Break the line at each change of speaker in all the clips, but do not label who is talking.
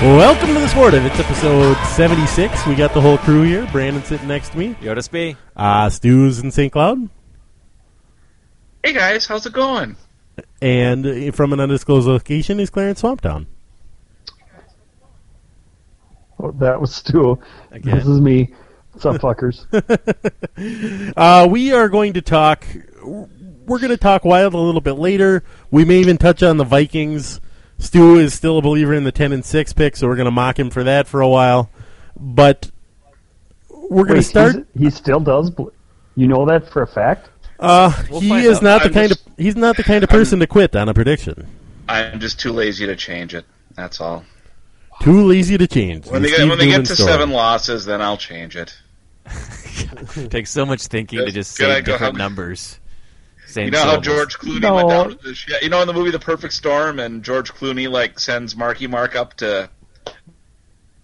Welcome to the Sportive. It's episode 76. We got the whole crew here. Brandon sitting next to me.
Yoda Spee.
Uh, Stu's in St. Cloud.
Hey guys, how's it going?
And uh, from an undisclosed location is Clarence Swamptown.
Oh, that was Stu.
Again.
This is me. What's up, fuckers?
Uh, we are going to talk. We're going to talk wild a little bit later. We may even touch on the Vikings. Stu is still a believer in the 10 and 6 pick, so we're going to mock him for that for a while. But we're going to
Wait,
start.
he's- He still does. bel- You know that for a fact.
Uh, he
find
is
out.
not the
I'm
kind
just-
of he's not the kind of person to quit on a prediction.
I'm just too lazy to change it. That's all.
Too lazy to change.
When
The
they get,
Steve
when they
Newman
get to
story.
seven losses, then I'll change it.
Takes so much thinking to just
Can I
say
go
different
how-
numbers. Same
You know how
syllables.
George Clooney
No.
went down to the sh- You know in the movie The Perfect Storm, and George Clooney like sends Marky Mark up to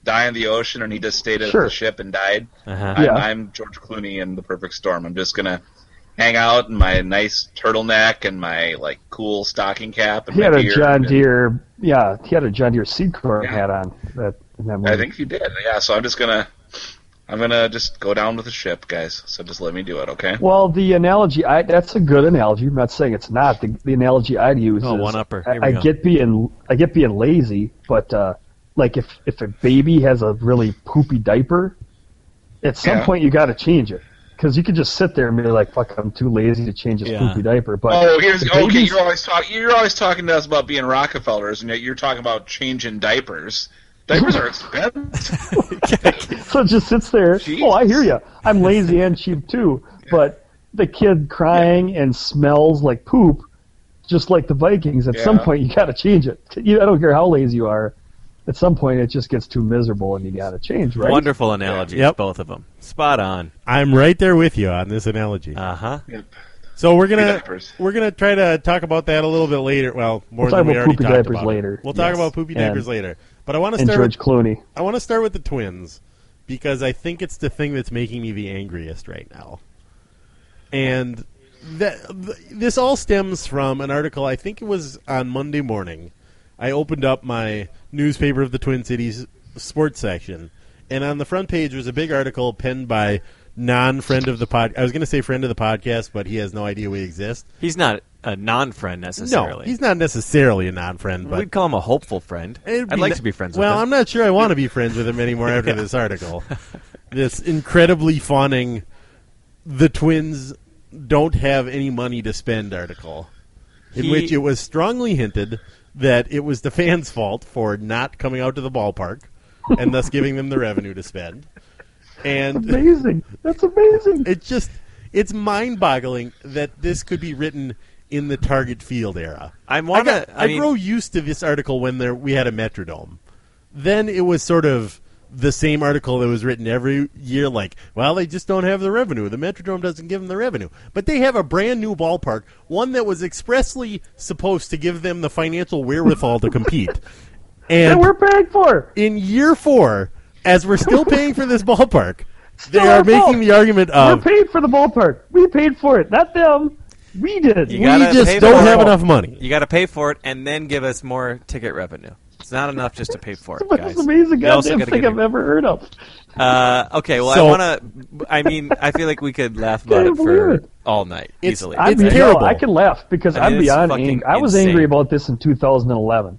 die in the ocean, and he just stayed at
Sure.
the ship and died.
Uh-huh.
I'm,
Yeah.
I'm George Clooney in The Perfect Storm. I'm just gonna hang out in my nice turtleneck and my like cool stocking cap. And
He
my
had a
beard
John
and-
Deere. Yeah, he had a John Deere seed corn
Yeah.
hat on. That. in that
I
movie.
think he did. Yeah, so I'm just gonna I'm gonna just go down with the ship, guys. So just let me do it, okay?
Well, the analogy. I that's a good analogy. I'm not saying it's not. The, the analogy I'd use.
Oh,
is,
one-upper. Here we
I, I
go.
get being I get being lazy, but uh, like if if a baby has a really poopy diaper, at some
Yeah.
point you got to change it. Because you could just sit there and be like, "Fuck, I'm too lazy to change this
Yeah.
poopy diaper." But
Oh, here's
the
okay.
baby's-
You're always talking. You're always talking to us about being Rockefellers, and yet you're talking about changing diapers. Diapers are expensive.
So it just sits there. Oh, I hear you. I'm lazy and cheap too. But the kid crying and smells like poop, just like the Vikings. At some
Yeah.
point, you got to change it. You, I don't care how lazy you are. At some point, it just gets too miserable, and you got to change, right?
Wonderful analogies,
Yep.
both of them. Spot on.
I'm right there with you on this analogy.
Uh huh.
so we're gonna
diapers.
we're gonna try to talk about that a little bit later. Well, more
We'll
than
talk
we
about
already
poopy
talked
diapers
about it.
later.
We'll talk
Yes.
about poopy
And-
diapers later. But I want to
And
start.
George
With,
Clooney.
I want to start with the twins because I think it's the thing that's making me the angriest right now. And that th- this all stems from an article I think it was on Monday morning. I opened up my newspaper of the Twin Cities sports section, and on the front page was a big article penned by non-friend of the pod. I was going to say friend of the podcast, but he has no idea we exist.
He's not a non friend
No,
necessarily.
he's not necessarily a non-friend, but
We'd call him a hopeful friend.
It'd
I'd like
ni-
to be friends
Well,
with him.
I'm not sure I want to be friends with him anymore after this article. This incredibly fawning, the twins don't have any money to spend article, in
He-
which it was strongly hinted that it was the fans' fault for not coming out to the ballpark and thus giving them the revenue to spend. And
Amazing. That's amazing.
it's just, it's mind boggling that this could be written in the Target Field era.
I'm wanna,
I, got, I,
I mean,
grow used to this article when there we had a Metrodome. Then it was sort of the same article that was written every year, like, well, they just don't have the revenue. The Metrodome doesn't give them the revenue. But they have a brand new ballpark, one that was expressly supposed to give them the financial wherewithal to compete.
That
And
we're paying for.
in year four, as we're still paying for this ballpark, they
Still
are
our fault.
Um,
making the argument
We're
of
paid for the ballpark. We paid for it, not them. We did.
You
we
gotta
just
pay
don't
for
have
it.
enough money.
You got to pay for it and then give us more ticket revenue. It's not enough just to pay for it,
That's
guys.
the most amazing
You also
goddamn
gotta
thing
give
I've ever heard of.
Uh, okay, well,
So-
I want to. I mean, I feel like we could laugh about
Can't
it for
believe it.
all night
It's-
easily.
I
It's
mean,
terrible.
No, I can laugh because
I
I
mean,
am
it's
beyond
fucking
angry. I was
insane.
angry about this in 2011.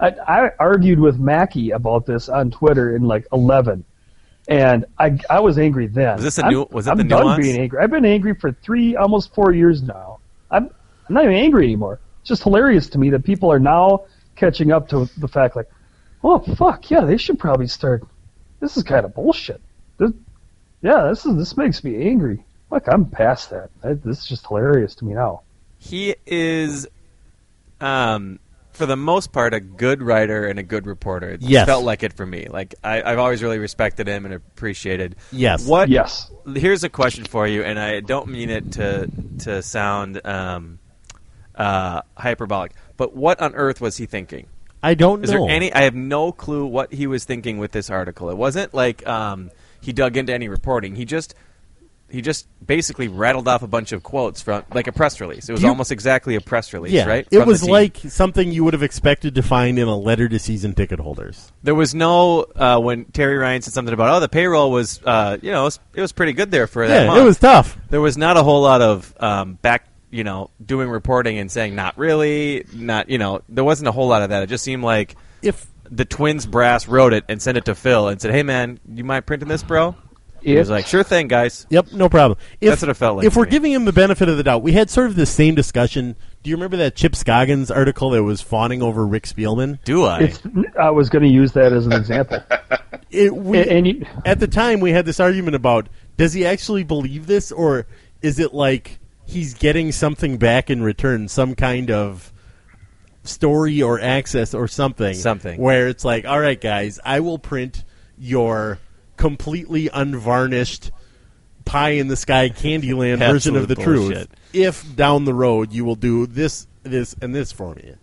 I, I argued with Mackey about this on Twitter in like 11, and I I was angry then.
Was this a
I'm-
new- was that
I'm
the
done
nuance?
being angry. I've been angry for three, almost four years now. I'm I'm not even angry anymore. It's just hilarious to me that people are now catching up to the fact like, oh fuck yeah, they should probably start. This is kind of bullshit. This, yeah, this is this makes me angry. Look, I'm past that. I, this is just hilarious to me now.
He is, um, for the most part, a good writer and a good reporter. It
Yes.
felt like it for me. Like I, I've always really respected him and appreciated.
Yes.
What?
Yes,
Here's a question for you, and I don't mean it to to sound um, uh, hyperbolic, but what on earth was he thinking?
I don't
Is
know.
there any? I have no clue what he was thinking with this article. It wasn't like um, he dug into any reporting. He just he just basically rattled off a bunch of quotes from like a press release. It was
Do you-
almost exactly a press release,
yeah,
right?
it
From the
was
team.
like something you would have expected to find in a letter to season ticket holders.
there was no uh, when Terry Ryan said something about oh the payroll was uh, you know it was, it was pretty good there for that
Yeah,
month.
it was tough.
There was not a whole lot of um, back, you know, doing reporting and saying not really, not you know. There wasn't a whole lot of that. It just seemed like
If
the twins brass wrote it and sent it to Phil and said, "Hey man, you mind printing this, bro?" He was
It-
like, "Sure thing, guys."
Yep, no problem. If,
That's what it felt like
If
to
we're
me.
giving him the benefit of the doubt, we had sort of the same discussion. Do you remember that Chip Scoggins article that was fawning over Rick Spielman?
Do I?
it's. I was going to use that as an example.
Uh.
It, we,
and, and you,
at the time, we had this argument about does he actually believe this, or is it like he's getting something back in return, some kind of story or access or something?
Something.
Where it's like, all right, guys, I will print your completely unvarnished pie in the sky Candyland version
Absolute
of the
bullshit.
truth. If down the road you will do this, this, and this for me.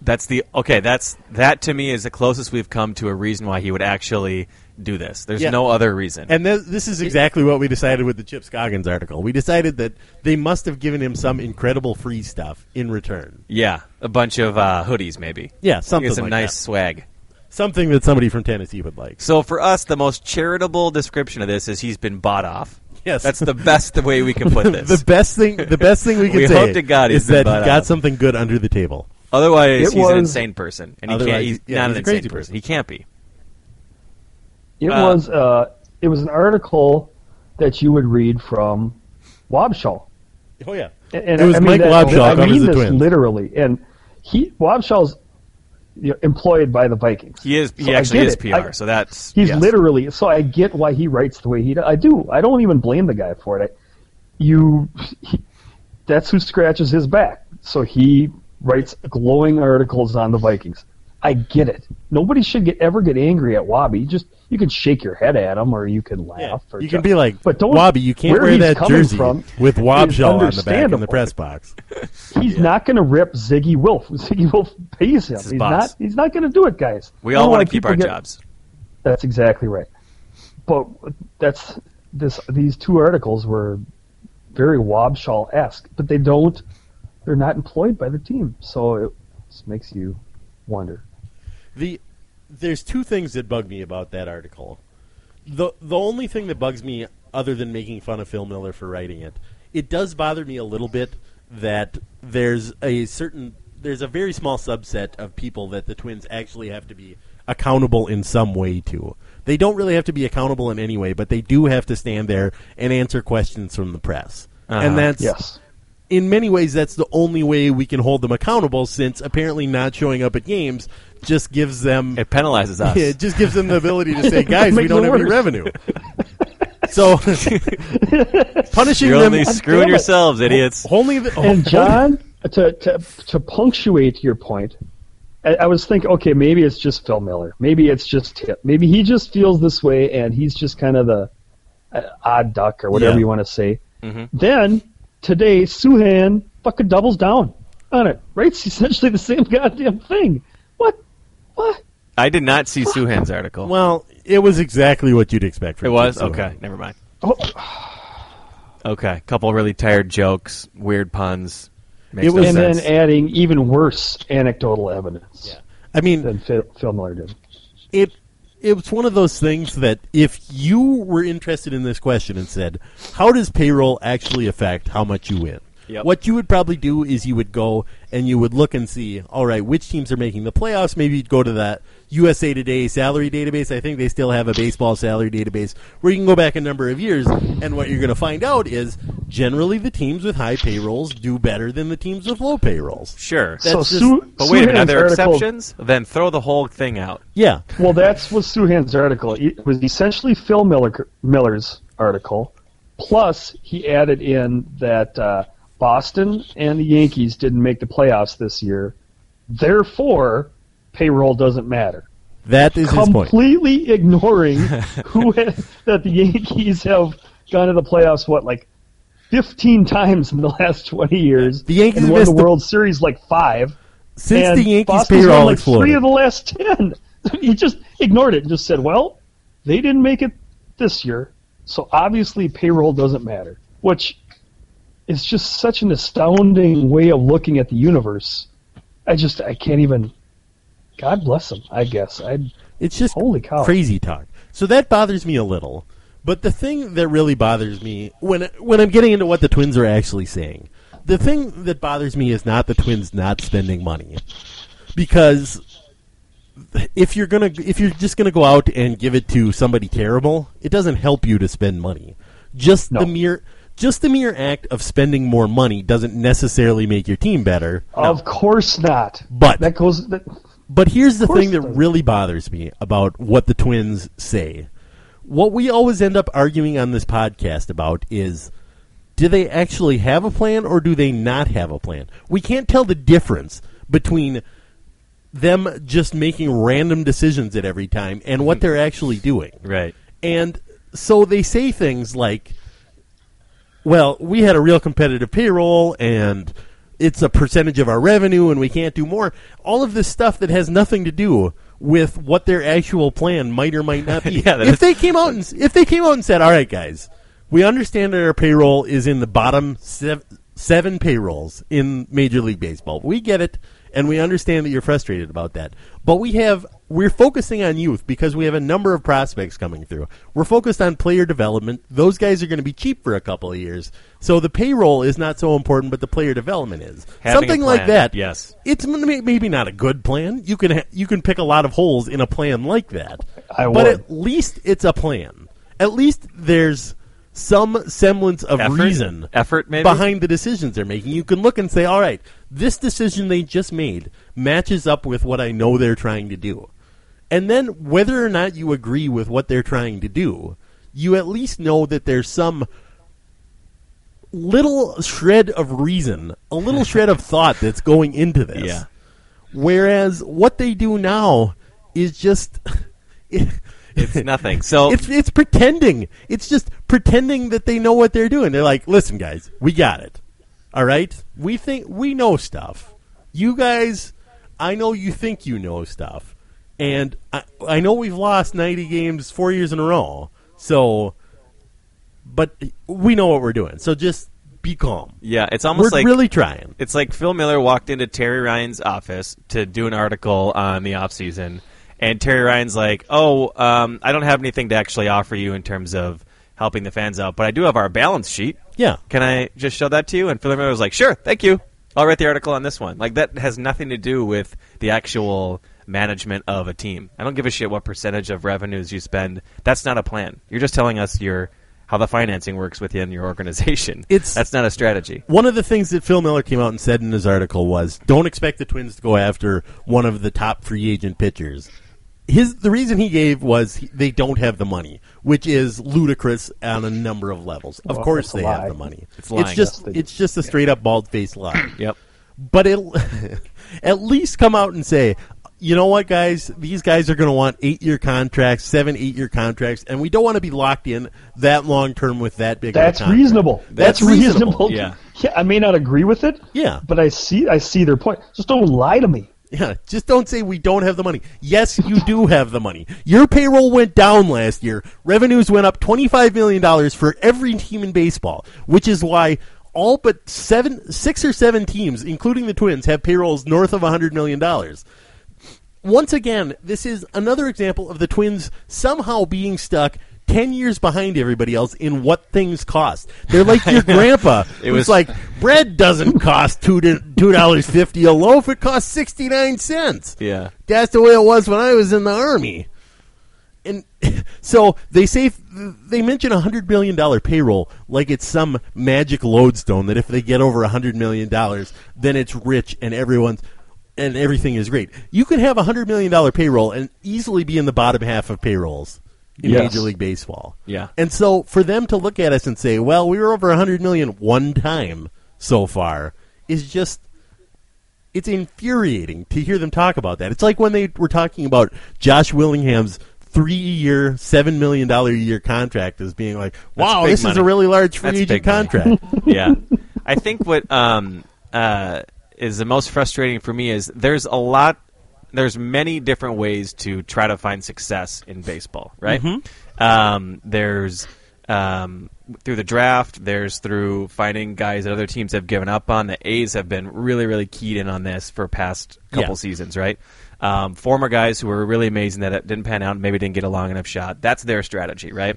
That's the okay. That's that to me is the closest we've come to a reason why he would actually do this. There's
Yeah.
no other reason.
And th- this is exactly what we decided with the Chip Scoggins article. We decided that they must have given him some incredible free stuff in return.
yeah, a bunch of uh, hoodies maybe.
Yeah, something
Get some
like
nice
that.
swag.
Something that somebody from Tennessee would like.
So for us, the most charitable description of this is he's been bought off.
Yes.
that's the best the way we can put this.
The best thing, the best thing we can
We
say
hope to God he's
is that
been
he
bought
got
out.
something good under the table.
Otherwise,
It
he's an
was-
insane person, and he can't.
Otherwise,
He's
yeah,
not
he's
an
a crazy
insane person.
person.
He can't be.
it
Uh,
was. Uh, it was an article that you would read from Wabshaw.
Oh yeah,
And
it was
I mean
Mike
that-
Wabshaw
I
covers
mean
the
this
Twins.
literally, and he Wabshaw's you know, employed by the Vikings.
He is. He
So I
actually
get
is
it.
PR.
I-
so that's
He's
yes.
literally. So I get why he writes the way he. does. I do. I don't even blame the guy for it. I, you, he, that's who scratches his back. So he writes glowing articles on the Vikings. I get it. Nobody should get ever get angry at Wabi. Just you can shake your head at him, or you can laugh.
yeah.
or
You can
just-
be like,
but don't,
Wobby, you can't
where
wear
he's
that
coming
jersey
from
with
is
Wabshaw on the back in the
understandable
press box.
he's not going to rip Ziggy Wolf. Ziggy Wolf pays him.
his
He's
boss.
not. He's not going to do it, guys.
We
I
all
don't
want
wanna
to keep our
people get-
jobs.
That's exactly right. But that's this. These two articles were very Wabshaw esque, but they don't. They're not employed by the team, so it just makes you wonder.
The there's two things that bug me about that article. The the only thing that bugs me other than making fun of Phil Miller for writing it, it does bother me a little bit that there's a certain there's a very small subset of people that the twins actually have to be accountable in some way to. They don't really have to be accountable in any way, but they do have to stand there and answer questions from the press. And that's
Yes.
in many ways, that's the only way we can hold them accountable. Since apparently not showing up at games just gives them
It penalizes us.
it just gives them the ability to say, guys, we
Makes
don't
it
have any
worse.
revenue. So punishing
You're
them,
only screwing
damn it.
yourselves, idiots.
only
Oh.
the,
And John, to, to, to punctuate your point, I, I was thinking, okay, maybe it's just Phil Miller. Maybe it's just Tip. Maybe he just feels this way, and he's just kind of the uh, odd duck or whatever
Yeah.
you want to say.
Mm-hmm.
Then today, Suhan fucking doubles down on it. Writes essentially the same goddamn thing. What? What?
I did not see Suhan's article.
well, it was exactly what you'd expect. From
it was
Jitsu.
okay. Never mind.
Oh,
Okay, couple really tired jokes, weird puns. Makes
It
no
was-
and
sense.
then adding even worse anecdotal evidence
I mean,
than Phil, Phil Miller did.
it it was one of those things that if you were interested in this question and said, "How does payroll actually affect how much you win?"
Yep.
What you would probably do is you would go and you would look and see, all right, which teams are making the playoffs. Maybe you'd go to that USA Today salary database. I think they still have a baseball salary database where you can go back a number of years. And what you're going to find out is generally the teams with high payrolls do better than the teams with low payrolls.
sure.
That's
so
just-
Sue,
but wait a minute, are
Suhan's
there
article-
exceptions? Then throw the whole thing out.
Yeah.
Well, that's was Suhan's article. It was essentially Phil Miller, Miller's article, plus he added in that uh, Boston and the Yankees didn't make the playoffs this year, therefore payroll doesn't matter.
That is his point.
Completely ignoring who had, that the Yankees have gone to the playoffs. What like. 15 times in the last 20 years.
The Yankees
and won
missed
the
the-
World Series like five.
Since
And
the Yankees
Boston's
payroll
won like
exploded.
three of the last ten. he just ignored it and just said, "Well, they didn't make it this year, so obviously payroll doesn't matter." Which is just such an astounding way of looking at the universe. I just I can't even. God bless him. I guess I.
It's just
Holy cow.
crazy talk. So that bothers me a little. But the thing that really bothers me when when I'm getting into what the Twins are actually saying, the thing that bothers me is not the Twins not spending money, because if you're gonna if you're just gonna go out and give it to somebody terrible, it doesn't help you to spend money. Just
No.
the mere just the mere act of spending more money doesn't necessarily make your team better.
Of course not.
But-
that goes. That,
But here's the
course
thing
it
that
does.
really bothers me about what the twins say. What we always end up arguing on this podcast about is do they actually have a plan or do they not have a plan? We can't tell the difference between them just making random decisions at every time and what they're actually doing.
Right.
And so they say things like, well, we had a real competitive payroll and it's a percentage of our revenue and we can't do more. All of this stuff that has nothing to do with what their actual plan might or might not be.
Yeah, that
if
is-
they came out and s- if they came out and said, "All right, guys, we understand that our payroll is in the bottom sev- seven payrolls in Major League Baseball. We get it and we understand that you're frustrated about that. But we have we're focusing on youth because we have a number of prospects coming through. We're focused on player development. Those guys are going to be cheap for a couple of years. So the payroll is not so important, but the player development is.
Having a
Something like
plan,
that.
yes.
It's m- may- maybe not a good plan. You can ha- you can pick a lot of holes in a plan like that.
I
but
would.
at least it's a plan. At least there's some semblance of
Effort?
reason
Effort, maybe?
behind the decisions they're making. You can look and say, "All right, this decision they just made matches up with what I know they're trying to do." And then whether or not you agree with what they're trying to do, you at least know that there's some little shred of reason, a little shred of thought that's going into this.
Yeah.
Whereas what they do now is just
It's nothing. So
it's it's pretending. It's just pretending that they know what they're doing. They're like, "Listen guys, we got it. All right? We think we know stuff. You guys, I know you think you know stuff. And I I know we've lost 90 games 4 years in a row. So but we know what we're doing. So just be calm.
yeah, it's
We're
almost like
really trying.
It's like Phil Miller walked into Terry Ryan's office to do an article on the offseason, and Terry Ryan's like, "Oh, um, I don't have anything to actually offer you in terms of helping the fans out, but I do have our balance sheet.
Yeah.
Can I just show that to you?" And Phil Miller was like, "Sure, thank you. I'll write the article on this one." Like that has nothing to do with the actual management of a team. I don't give a shit what percentage of revenues you spend. That's not a plan. You're just telling us your how the financing works within your organization.
It's-
that's not a strategy.
One of the things that Phil Miller came out and said in his article was, "Don't expect the Twins to go after one of the top free agent pitchers." His the reason he gave was he, they don't have the money, which is ludicrous on a number of levels. Of
Well,
course,
that's a
they
lie.
have the money.
It's lying.
just
Yes, they do.
it's just a straight up bald faced lie.
Yep.
but it at least come out and say you know what guys these guys are going to want eight year contracts seven eight year contracts and we don't want to be locked in that long term with that big of a
That's
contract."
reasonable. That's, reasonable.
Yeah.
I may not agree with it.
Yeah.
But I see I see their point. Just don't lie to me.
Yeah, just don't say we don't have the money. Yes, you do have the money. Your payroll went down last year. Revenues went up $25 million for every team in baseball, which is why all but seven, six or seven teams, including the Twins, have payrolls north of $100 million. Once again, this is another example of the Twins somehow being stuck 10 years behind everybody else in what things cost. They're like your grandpa. It was
was-
like, bread doesn't cost two to, two dollars fifty a loaf. It costs sixty nine cents.
Yeah.
that's the way it was when I was in the army. And so they say they mention a hundred million dollar payroll like it's some magic lodestone that if they get over a hundred million dollars, then it's rich and everyone's and everything is great. You could have a hundred million dollar payroll and easily be in the bottom half of payrolls in
Yes.
Major League Baseball.
Yeah.
And so for them to look at us and say, "Well, we were over 100 million one time so far," is just it's infuriating to hear them talk about that. It's like when they were talking about Josh Willingham's three-year, seven million dollar a year contract as being like, "Wow,
big
this is
money.
a really large free
That's
agent
big money."
contract."
yeah. I think what um, uh, is the most frustrating for me is there's a lot, there's many different ways to try to find success in baseball, right? Um, there's um, through the draft, there's through finding guys that other teams have given up on. The A's have been really, really keyed in on this for past couple
Yeah.
seasons, right? Um, former guys who were really amazing that it didn't pan out, maybe didn't get a long enough shot. That's their strategy, right?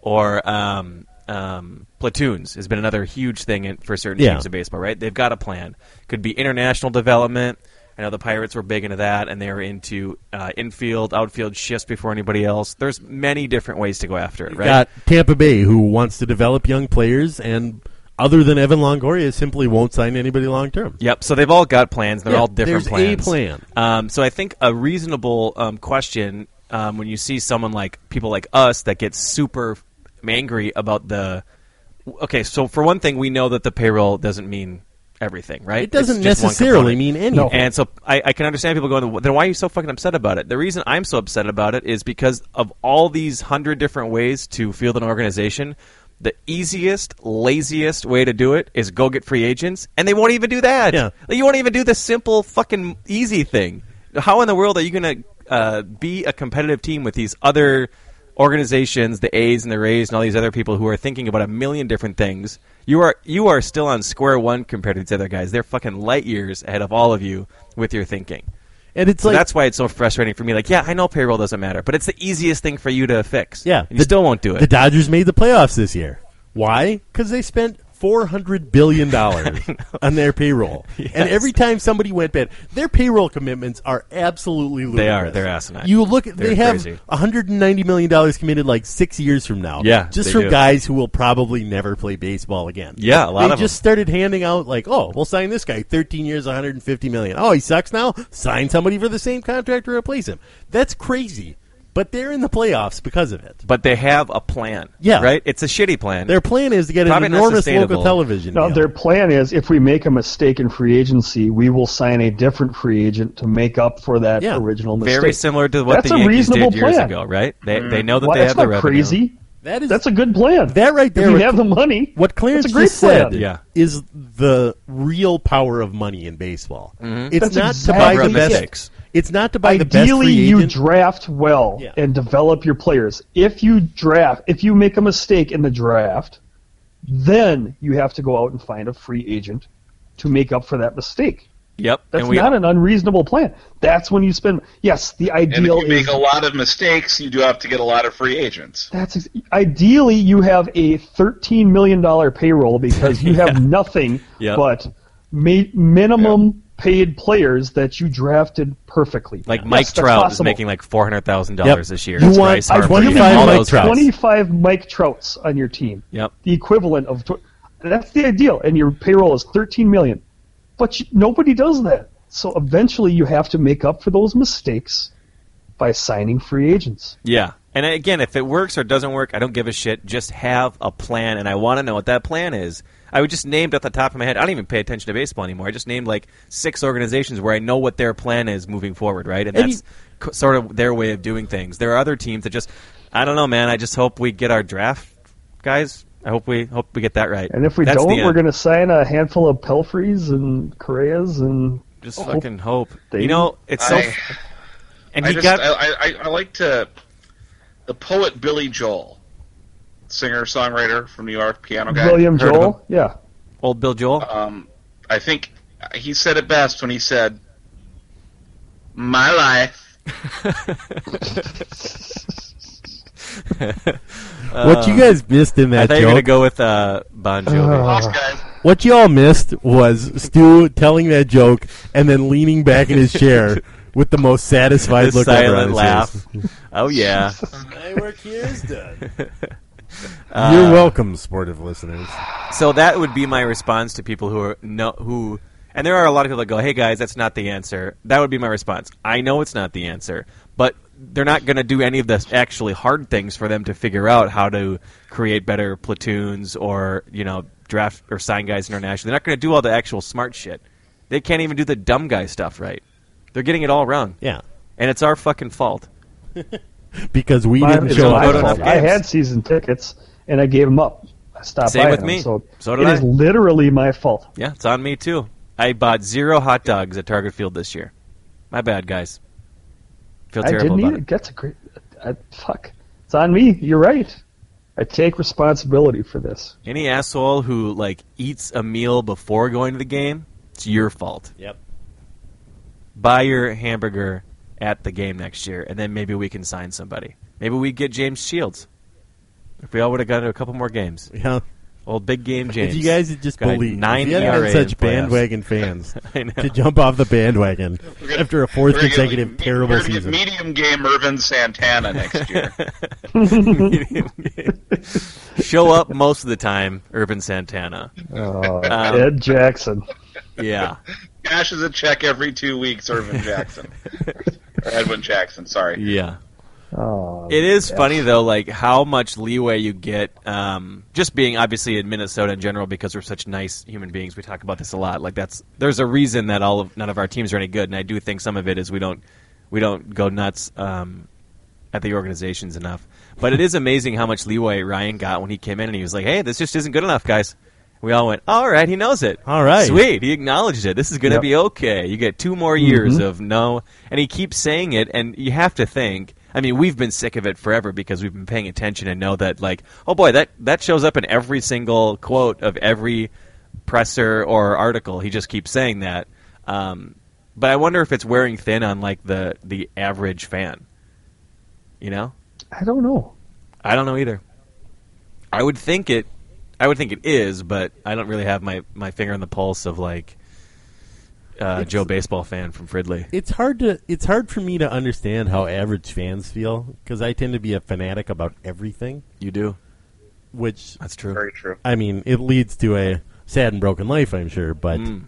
Or um, um, platoons has been another huge thing in, for certain
Yeah.
teams in baseball, right? They've got a plan. Could be international development. I know the Pirates were big into that, and they were into uh, infield, outfield shifts before anybody else. There's many different ways to go after it, right?
Got Tampa Bay who wants to develop young players and other than Evan Longoria simply won't sign anybody long term.
Yep. So they've all got plans. They're
Yeah,
all different
there's a
plans.
plan.
Um, so I think a reasonable um, question um, when you see someone like people like us that get super angry about the. Okay, so for one thing, we know that the payroll doesn't mean everything, right?
It doesn't
It's just one
necessarily
component.
mean anything.
And so I, I can understand people going, then why are you so fucking upset about it? The reason I'm so upset about it is because of all these hundred different ways to field an organization. The easiest, laziest way to do it is go get free agents, and they won't even do that.
Yeah.
Like, you won't even do the simple, fucking easy thing. How in the world are you going to uh, be a competitive team with these other organizations, the A's and the Rays, and all these other people who are thinking about a million different things? You are you are still on square one compared to these other guys. They're fucking light years ahead of all of you with your thinking.
And it's
So
like
that's why it's so frustrating for me. Like, yeah, I know payroll doesn't matter, but it's the easiest thing for you to fix.
Yeah,
And you still won't do it.
The Dodgers made the playoffs this year. Why? Because they spent four hundred billion dollars on their payroll, and every time somebody went bad, their payroll commitments are absolutely ludicrous.
They are. They're asinine.
You look.
They're
they have
crazy.
one hundred and ninety million dollars committed like six years from now.
Yeah,
just
they
from
do.
guys who will probably never play baseball again.
Yeah, a lot
they
of
just
them.
started handing out like, oh, we'll sign this guy, thirteen years, one hundred and fifty million. Oh, he sucks now. Sign somebody for the same contract to replace him. That's crazy. But they're in the playoffs because of it.
but they have a plan.
Yeah.
Right? It's a shitty plan.
Their plan is to get
Probably
an
not
enormous
sustainable.
local television.
No,
deal.
their plan is if we make a mistake in free agency, we will sign a different free agent to make up for that
Yeah.
original mistake.
very similar to what
That's
the
a
Yankees
reasonable
did years
plan.
ago, right? They, they know that
Why,
they
that's
have the
not
revenue.
crazy.
that is
That's a good plan.
That right there
If you
would-
have the money.
what Clarence
that's a great
just said.
plan.
Yeah.
is the real power of money in baseball.
Mm-hmm.
It's
That's
not to buy
exactly
the
it.
best.
Mistakes.
It's not to buy the best
Ideally,
free
you
agent.
draft well
Yeah.
and develop your players. If you draft, if you make a mistake in the draft, then you have to go out and find a free agent to make up for that mistake.
Yep.
That's
and we,
not an unreasonable plan. That's when you spend. Yes, the
And if
ideal
you make
is
a lot of mistakes, you do have to get a lot of free agents.
That's ex- ideally you have a thirteen million dollar payroll because you have nothing
Yep.
but ma- minimum paid players that you drafted perfectly.
like
Yes,
Mike
that's
Trout is
possible.
making like four hundred thousand
Yep.
dollars this year.
You
It's
want
Bryce
I
Harper,
want
you
you
know,
five
all
Mike
those
Trouts.
guys.
25 Mike Trouts on your team.
Yep.
The equivalent of tw- that's the ideal, and your payroll is 13 million. But you, nobody does that, so eventually you have to make up for those mistakes by signing free agents.
Yeah. And again, if it works or doesn't work, I don't give a shit. Just have a plan, and I want to know what that plan is. I would just named off the top of my head. I don't even pay attention to baseball anymore. I just named like six organizations where I know what their plan is moving forward, right? And, that's co- sort of their way of doing things. There are other teams that just, I don't know, man. I just hope we get our draft guys. I hope we hope we get that right.
And if we
That's the
don't,
end.
we're going to sign a handful of Pelfreys and Correas and
Just fucking hope. You know, it's so.
I-
and
I
he
just
got.
I, I I like to the poet Billy Joel, singer songwriter from New York, piano guy.
William
heard of him.
Joel. Yeah.
Old Bill Joel.
Um, I think he said it best when he said, "My life."
what you guys missed in
Uh, I
that
thought you were gonna
joke?
go with uh, Bon Jovi.
Lost guys.
What you all missed was Stu telling that joke and then leaning back in his chair with the most satisfied
His
look ever on
silent
his
laugh.
face.
oh yeah.
My work here is done.
Uh,
You're welcome, sportive listeners.
So that would be my response to people who are no who. And there are a lot of people that go, "Hey guys, that's not the answer." That would be my response. I know it's not the answer, but they're not going to do any of the actually hard things for them to figure out how to create better platoons or you know draft or sign guys internationally. They're not going to do all the actual smart shit. They can't even do the dumb guy stuff right. They're getting it all wrong.
Yeah,
and it's our fucking fault.
because we
My-
didn't
it's
show
my
up.
up. Not
fault.
enough
I
games.
had season tickets and I gave them up. I stopped
Same
buying
with
them,
me.
So,
So did
it
I.
is literally my fault.
Yeah, it's on me too. I bought zero hot dogs at Target Field this year. My bad, guys. Feel
I
terrible
didn't
about
eat
it.
it. That's a great. I, fuck. It's on me. You're right. I take responsibility for this.
Any asshole who like eats a meal before going to the game, it's your fault.
Yep.
Buy your hamburger at the game next year, and then maybe we can sign somebody. Maybe we get James Shields. If we all would have gone to a couple more games,
Yeah.
old big game James.
If you guys had just
Got
believed,
nine E
if you
ERA
had
in
such
playoffs.
bandwagon fans
I know.
to jump off the bandwagon
gonna-
after a fourth
We're gonna get-
consecutive
we're
terrible
gonna get
season.
Medium game Irvin Santana next year.
show up most of the time, Urban Santana.
Oh,
Um,
Ed Jackson.
Yeah.
Cashes a check every two weeks, Irvin Jackson. or Edwin Jackson, sorry.
Yeah.
Oh,
It is funny though, like how much leeway you get, um, just being obviously in Minnesota in general because we're such nice human beings. We talk about this a lot. Like that's there's a reason that all of none of our teams are any good, and I do think some of it is we don't we don't go nuts um, at the organizations enough. But it is amazing how much leeway Ryan got when he came in and he was like, "Hey, this just isn't good enough, guys." We all went, "All right, he knows it.
All right.
sweet, he acknowledged it. This is going to
Yep.
be okay. You get two more years
Mm-hmm.
of no," and he keeps saying it, and you have to think. I mean, we've been sick of it forever because we've been paying attention and know that, like, oh boy, that that shows up in every single quote of every presser or article. He just keeps saying that. Um, but I wonder if it's wearing thin on like the the average fan. You know,
I don't know.
I don't know either. I would think it. I would think it is, but I don't really have my, my finger on the pulse of like uh, Joe baseball fan from Fridley.
it's hard to it's hard for me to understand how average fans feel because I tend to be a fanatic about everything,
You do.
which
That's true.
Very true.
I mean it leads to a sad and broken life, I'm sure, but
Mm.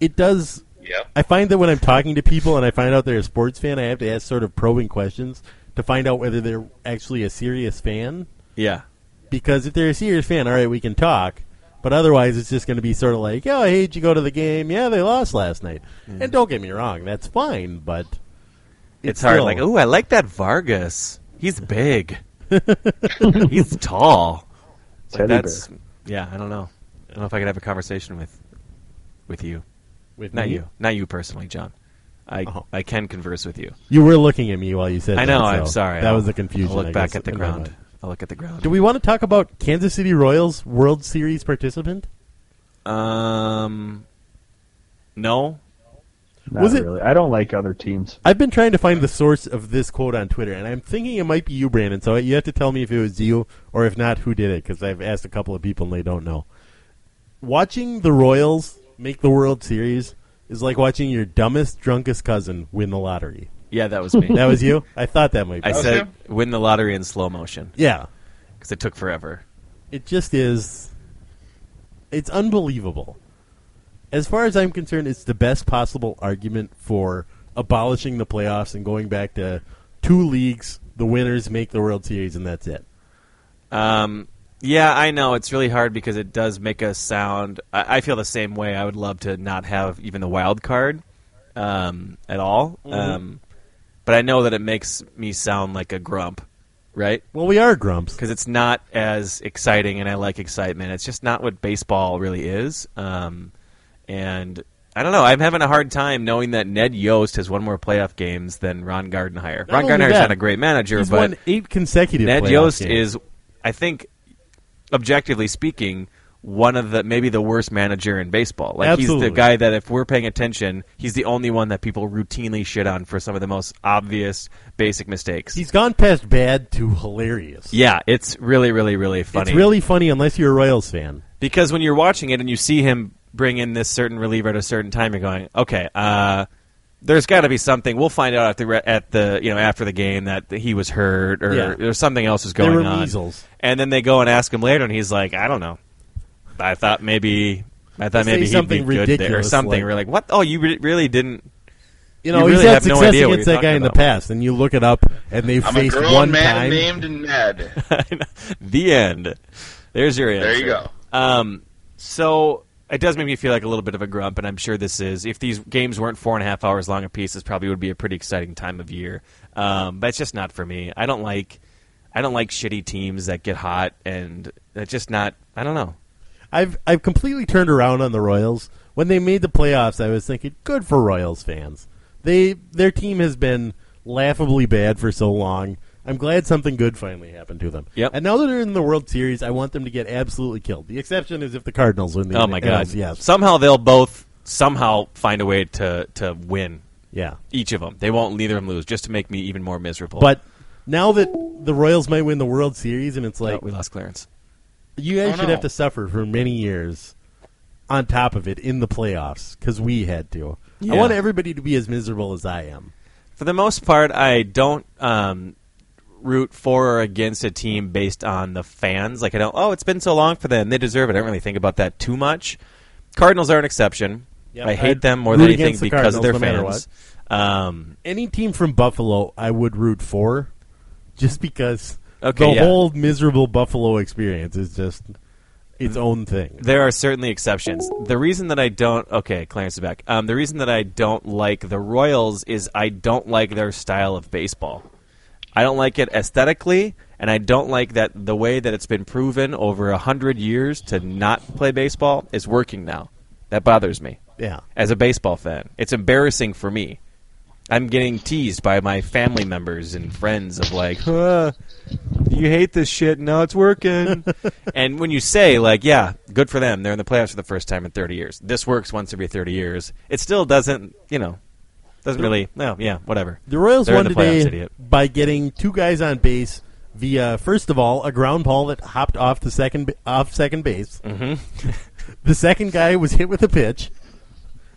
it does.
Yeah.
I find that when I'm talking to people and I find out they're a sports fan, I have to ask sort of probing questions to find out whether they're actually a serious fan.
Yeah.
Because if they're a serious fan, all right, we can talk. But otherwise, it's just going to be sort of like, oh, hey, did you go to the game? Yeah, they lost last night.
Mm.
And don't get me wrong, that's fine, but
It's hard.
still-
Like, ooh, I like that Vargas. He's big. He's tall. It's like,
Teddy bear.
that's yeah. I don't know. I don't know if I could have a conversation with with you.
with
Not
me-
you. Not you personally, John. I
Oh.
I can converse with you.
You were looking at me while you said.
I know.
That,
I'm
so
sorry.
That
I'll-
was the confusion.
I'll look
I
back
guess.
at the
Never
ground.
mind.
I'll look at the ground.
Do we want to talk about Kansas City Royals World Series participant?
Um, no.
Not
Was it-
really. I don't like other teams.
I've been trying to find the source of this quote on Twitter, and I'm thinking it might be you, Brandon. So you have to tell me if it was you or if not, who did it? Because I've asked a couple of people and they don't know. Watching the Royals make the World Series is like watching your dumbest, drunkest cousin win the lottery.
Yeah, that was me.
That was you. I thought that might be.
I
you.
said win the lottery in slow motion
yeah.
because it took forever.
It just is. It's unbelievable. As far as I'm concerned, it's the best possible argument for abolishing the playoffs and going back to two leagues. The winners make the World Series, and that's it.
Um, yeah, I know it's really hard because it does make us sound. I, I feel the same way. I would love to not have even the wild card um, at all. Um, but I know that it makes me sound like a grump, right?
Well, we are grumps.
because it's not as exciting, and I like excitement. It's just not what baseball really is. Um, and I don't know. I'm having a hard time knowing that Ned Yost has won more playoff games than Ron Gardenhire.
Not
Ron
only
Gardenhire's
that,
not a great manager,
He's
but
won eight consecutive.
Ned
playoff
Yost
games.
is, I think, objectively speaking, one of the maybe the worst manager in baseball. Like
Absolutely.
he's the guy that if we're paying attention, he's the only one that people routinely shit on for some of the most obvious basic mistakes.
He's gone past bad to hilarious.
yeah, it's really, really, really funny.
It's really funny unless you're a Royals fan.
because when you're watching it and you see him bring in this certain reliever at a certain time, you're going, okay, uh, there's got to be something. We'll find out at the re- at the you know after the game that he was hurt or
Yeah.
there's something else is
There were
going on.
measles.
And then they go and ask him later, and he's like, I don't know. I thought maybe I thought
Say
maybe he'd
something
be good there or
ridiculous,
something.
like-
we're like, what? Oh, you re- really didn't?
You know, he's
You really
had
have no
success
idea what
against
you're
that guy
talking
in the
about.
past, and you look it up, and they've
I'm a
faced
grown
one
man
time.
named Ned.
the end. There's your answer.
There you go.
Um, so it does make me feel like a little bit of a grump, and I'm sure this is. If these games weren't four and a half hours long apiece, this probably would be a pretty exciting time of year. Um, but it's just not for me. I don't like, I don't like shitty teams that get hot, and that's just not. I don't know.
I've I've completely turned around on the Royals. When they made the playoffs, I was thinking, good for Royals fans. They their team has been laughably bad for so long. I'm glad something good finally happened to them.
Yep.
And now that they're in the World Series, I want them to get absolutely killed. The exception is if the Cardinals win the
Oh my god!
NLCS.
Somehow they'll both somehow find a way to to win
yeah.
each of them. They won't neither of them lose, just to make me even more miserable.
But now that the Royals might win the World Series, and it's
Oh,
like
we lost Clarence.
you guys
Oh,
should
no.
have to suffer for many years on top of it in the playoffs because we had to.
Yeah.
I want everybody to be as miserable as I am.
For the most part, I don't um, root for or against a team based on the fans. Like I don't. Oh, it's been so long for them; they deserve it. I don't really think about that too much. Cardinals are an exception.
Yep,
I hate
I'd
them more
root
than anything
against the
because of their
Cardinals no matter
fans. Um,
Any team from Buffalo, I would root for, just because
Okay,
the
yeah.
whole miserable Buffalo experience is just its own thing.
there are certainly exceptions. The reason that I don't okay, Clarence is back. Um, the reason that I don't like the Royals is I don't like their style of baseball. I don't like it aesthetically, and I don't like that the way that it's been proven over a hundred years to not play baseball is working now. That bothers me
Yeah,
as a baseball fan. It's embarrassing for me. I'm getting teased by my family members and friends of like, huh, you hate this shit, now it's working. and when you say like, yeah, good for them, they're in the playoffs for the first time in 30 years. This works once every 30 years. It still doesn't, you know, doesn't really. No, yeah, whatever.
the Royals
They're in
won
the
today
playoffs, idiot.
by getting two guys on base via first of all a ground ball that hopped off the second ba- off second base. Mm-hmm. the second guy was hit with a pitch.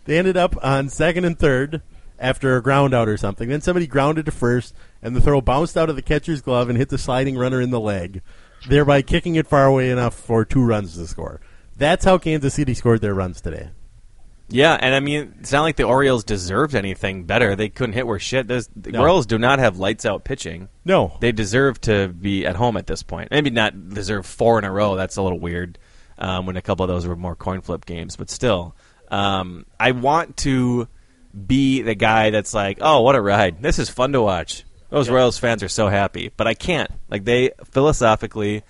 They ended up on second and third after a ground out or something. Then somebody grounded to first, and the throw bounced out of the catcher's glove and hit the sliding runner in the leg, thereby kicking it far away enough for two runs to score. That's how Kansas City scored their runs today.
Yeah, and I mean, it's not like the Orioles deserved anything better. They couldn't hit where shit. There's, the
No.
Orioles do not have lights out pitching.
No.
they deserve to be at home at this point. Maybe not deserve four in a row. That's a little weird. Um, when a couple of those were more coin flip games, but still, um, I want to be the guy that's like, "Oh, what a ride! This is fun to watch." Those Royals fans are so happy, but I can't. Like they philosophically,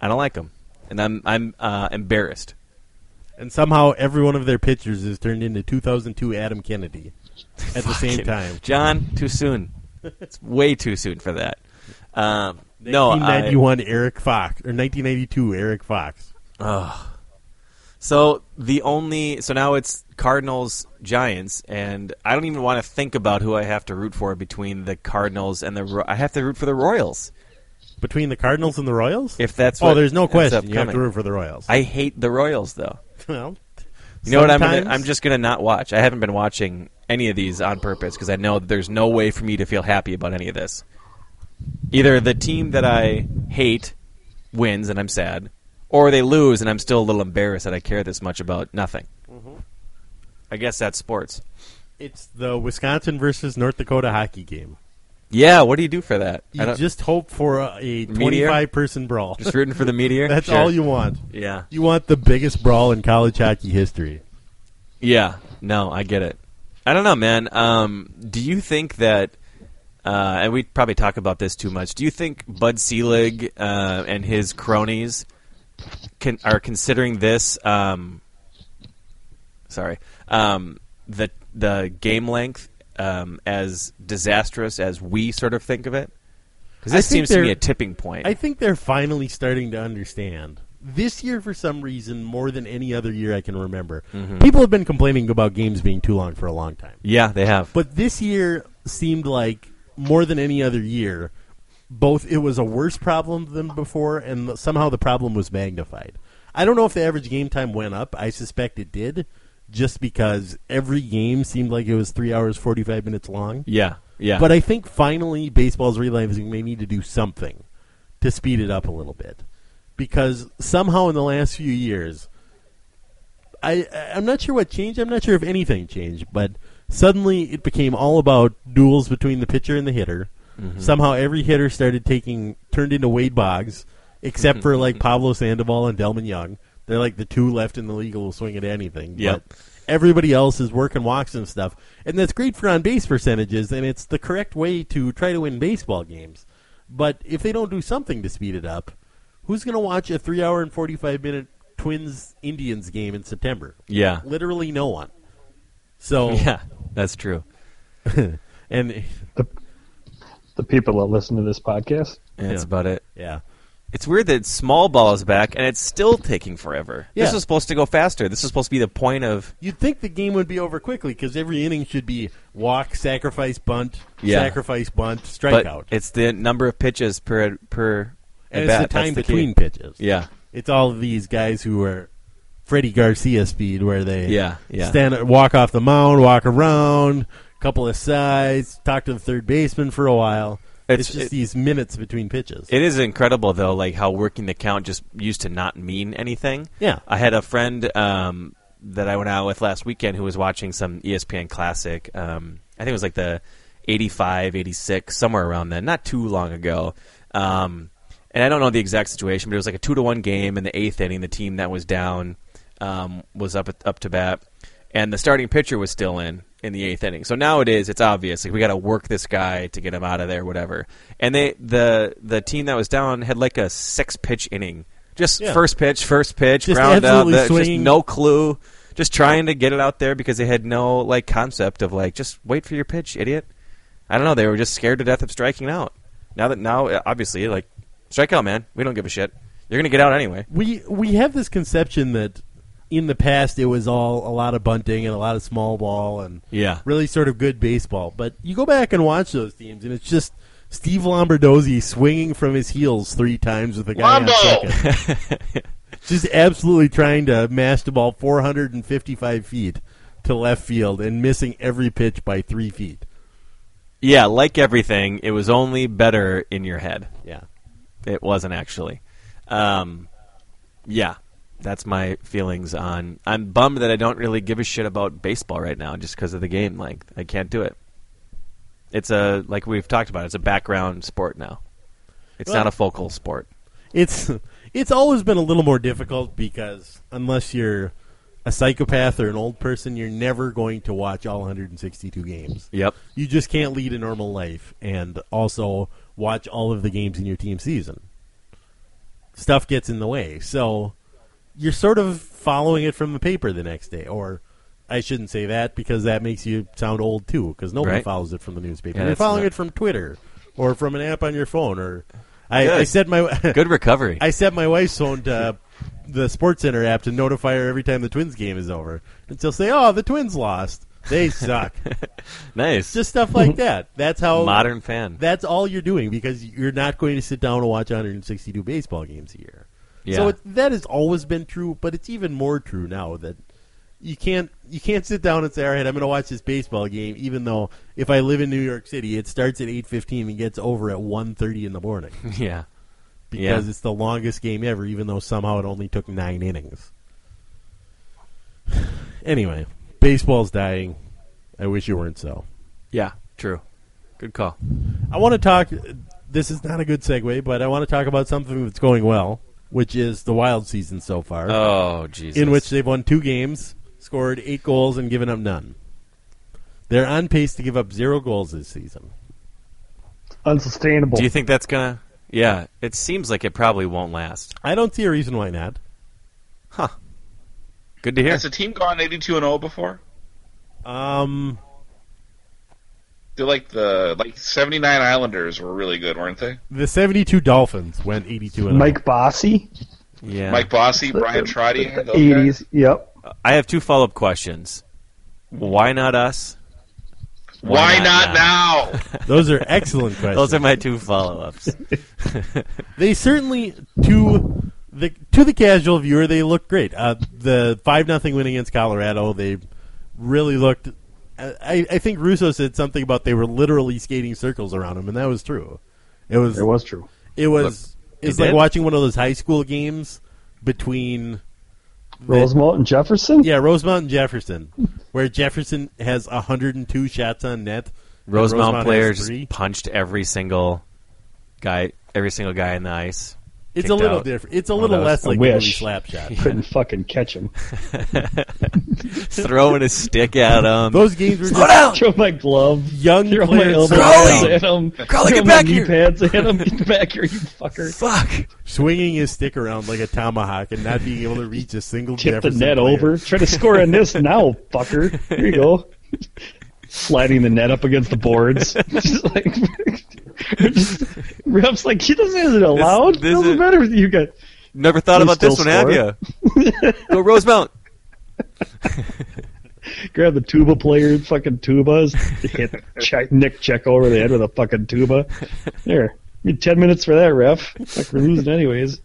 I don't like them, and I'm I'm uh, embarrassed.
And somehow every one of their pitchers is turned into 2002 Adam Kennedy at the same time.
John, too soon. it's way too soon for that. Um, no, I,
1991 Eric Fox or 1992 Eric Fox.
So the only so now it's Cardinals Giants and I don't even want to think about who I have to root for between the Cardinals and the Ro- I have to root for the Royals.
Between the Cardinals and the Royals?
If that's
oh,
what
there's no
ends up
question. You have
coming.
to root for the Royals.
I hate the Royals though.
well,
You know what I'm gonna,
sometimes-
I'm just going to not watch. I haven't been watching any of these on purpose because I know that there's no way for me to feel happy about any of this. Either the team that I hate wins and I'm sad or they lose and I'm still a little embarrassed that I care this much about nothing. I guess that's sports.
It's the Wisconsin versus North Dakota hockey game.
Yeah, what do you do for that? I
You
don't-
just hope for a, a
Meteor?
25 person brawl.
just rooting for the meteor.
That's
Sure.
all you want.
Yeah,
You want the biggest brawl in college hockey history.
yeah. No, I get it. I don't know, man. Um, do you think that? Uh, and we probably talk about this too much. Do you think Bud Selig uh, and his cronies can, are considering this um, Sorry. Um, the the game length um, as disastrous as we sort of think of it. Because
I
this
think
seems to
they're-
be a tipping point.
I think they're finally starting to understand. This year, for some reason, more than any other year I can remember, people have been complaining about games being too long for a long time.
yeah, they have.
But this year seemed like more than any other year, both it was a worse problem than before, and somehow the problem was magnified. I don't know if the average game time went up. I suspect it did, just because every game seemed like it was three hours forty five minutes long.
yeah, yeah.
But I think finally baseball's realizing they need to do something to speed it up a little bit. Because somehow in the last few years I I- I'm not sure what changed. I'm not sure if anything changed, but suddenly it became all about duels between the pitcher and the hitter.
Mm-hmm.
Somehow every hitter started taking turned into Wade Boggs, except for like Pablo Sandoval and Delman Young. They're like the two left in the league who will swing at anything.
Yep.
But everybody else is working walks and stuff, and that's great for on base percentages, and it's the correct way to try to win baseball games. But if they don't do something to speed it up, who's going to watch a three hour and forty five minute Twins Indians game in September?
yeah,
literally no one. So
yeah. That's true.
and
The people that listen to this podcast.
And That's
Yeah.
about it.
yeah,
It's weird that small ball is back and it's still taking forever.
Yeah.
This was supposed to go faster. This was supposed to be the point of
you'd think the game would be over quickly because every inning should be walk, sacrifice, bunt,
Yeah.
sacrifice, bunt,
but
strikeout,
it's the number of pitches per per
and
at
it's
bat.
the time
That's the key.
between pitches.
Yeah.
it's all of these guys who are Freddie Garcia speed, where they
Yeah, yeah.
stand, walk off the mound, walk around, couple of sides, talk to the third baseman for a while.
It's-
It's, just
it-
these minutes between pitches.
It is incredible though, like how working the count just used to not mean anything.
Yeah.
I had a friend um, that I went out with last weekend who was watching some E ESPN Classic. Um, I think it was like the 85, 86, somewhere around then, not too long ago. Um, and I don't know the exact situation, but it was like a two to one game in the eighth inning. The team that was down um, was up up to bat, and the starting pitcher was still in in the eighth inning. So nowadays it's obvious like we got to work this guy to get him out of there, whatever. And they the the team that was down had like a six pitch inning, just
Yeah.
first pitch, first pitch,
Just
ground out,
absolutely
that- just
swinging.
no clue, just trying to get it out there because they had no like concept of like just wait for your pitch, idiot. I don't know. They were just scared to death of striking out. Now that now uh, obviously like strike out, man. We don't give a shit. You're gonna get out anyway.
we we have this conception that in the past it was all a lot of bunting and a lot of small ball and
Yeah.
really sort of good baseball. But you go back and watch those teams, and it's just Steve Lombardozzi swinging from his heels three times with a guy on
Lombo!
second, just absolutely trying to mash the ball 455 feet to left field and missing every pitch by three feet.
Yeah, like everything, it was only better in your head.
Yeah,
It wasn't actually. Um, yeah, that's my feelings on. I'm bummed that I don't really give a shit about baseball right now, just because of the game. Like I can't do it. It's a like we've talked about. It's a background sport now. It's
Well-
not a focal sport.
it's it's always been a little more difficult because unless you're a psychopath or an old person, you're never going to watch all 162 games.
Yep.
You just can't lead a normal life and also watch all of the games in your team season. Stuff gets in the way. So you're sort of following it from the paper the next day or I shouldn't say that because that makes you sound old too because nobody
Right.
follows it from the newspaper.
Yeah,
you're
that's
following
not-
it from Twitter or from an app on your phone or I, I
Good.
said my
Good recovery.
I set my wife's phone to the Sports Center app to notify her every time the Twins game is over. And she'll say, "Oh, the Twins lost. They suck."
nice.
Just stuff like that. That's how
modern fan.
That's all you're doing because you're not going to sit down and watch 162 baseball games a year.
Yeah.
So it, that has always been true, but it's even more true now that you can't you can't sit down and say, "All right, I'm going to watch this baseball game," even though if I live in New York City, it starts at 8:15 and gets over at 1:30 in the morning
yeah.
because
Yeah.
it's the longest game ever, even though somehow it only took nine innings. anyway, baseball's dying. I wish you weren't so.
Yeah. True. Good call.
I want to talk. This is not a good segue, but I want to talk about something that's going well, which is the wild season so far,
Oh Jesus.
in which they've won two games, scored eight goals, and given up none. They're on pace to give up zero goals this season.
Unsustainable.
do you think that's gonna? Yeah. It seems like it probably won't last.
I don't see a reason why not.
Huh. Good to hear.
Has a team gone 82 and 0 before?
Um,
They're like the like 79 Islanders were really good, weren't they?
the '72 Dolphins went 82 and
Mike Bossy,
yeah.
Mike Bossy, Brian
The-
Trotty,
the
those guys?
'80s. Yep.
I have two follow up questions. Why not us?
Why, not, now?
Those are excellent questions.
Those are my two follow ups.
they certainly to the to the casual viewer they look great. Uh, the five nothing win against Colorado, they really looked. I, I think Russo said something about they were literally skating circles around him, and that was true. It was
It was true.
it was it's
they
like
did.
watching one of those high school games between
Rosemont and Jefferson.
yeah Rosemont and Jefferson, where Jefferson has 102 shots on net. and
Rosemount
has
players
three.
punched every single guy, every single guy in the ice.
It's
kicked
a little
out.
different. It's a
Oh,
One of
little
those.
less
I
like the movie
wish.
Slapshot.
Couldn't fucking catch him.
throwing his stick at him.
Those games were
Slow
just
down!
Throw my glove.
Young
Throw my
players.
elbow pads
Crowley!
at him.
Crowley,
Throw
get
my
back
knee
here.
pads at him. Get back here, you fucker.
Fuck!
swinging his stick around like a tomahawk and not being able to reach a single
Tip the
Jefferson
net
player.
over. Try to score on this now, fucker. Here you go. Sliding the net up against the boards. just like, just, ref's like, he doesn't, is it allowed?
this
doesn't
is-
matter with you guys.
Never thought
You
about this
still
one, have
score?
you? Go Rosemount.
Grab the tuba player, fucking tubas. Hit check, Nick Check over the head with a fucking tuba. There. You need 10 minutes for that, ref. Like, we're losing anyways.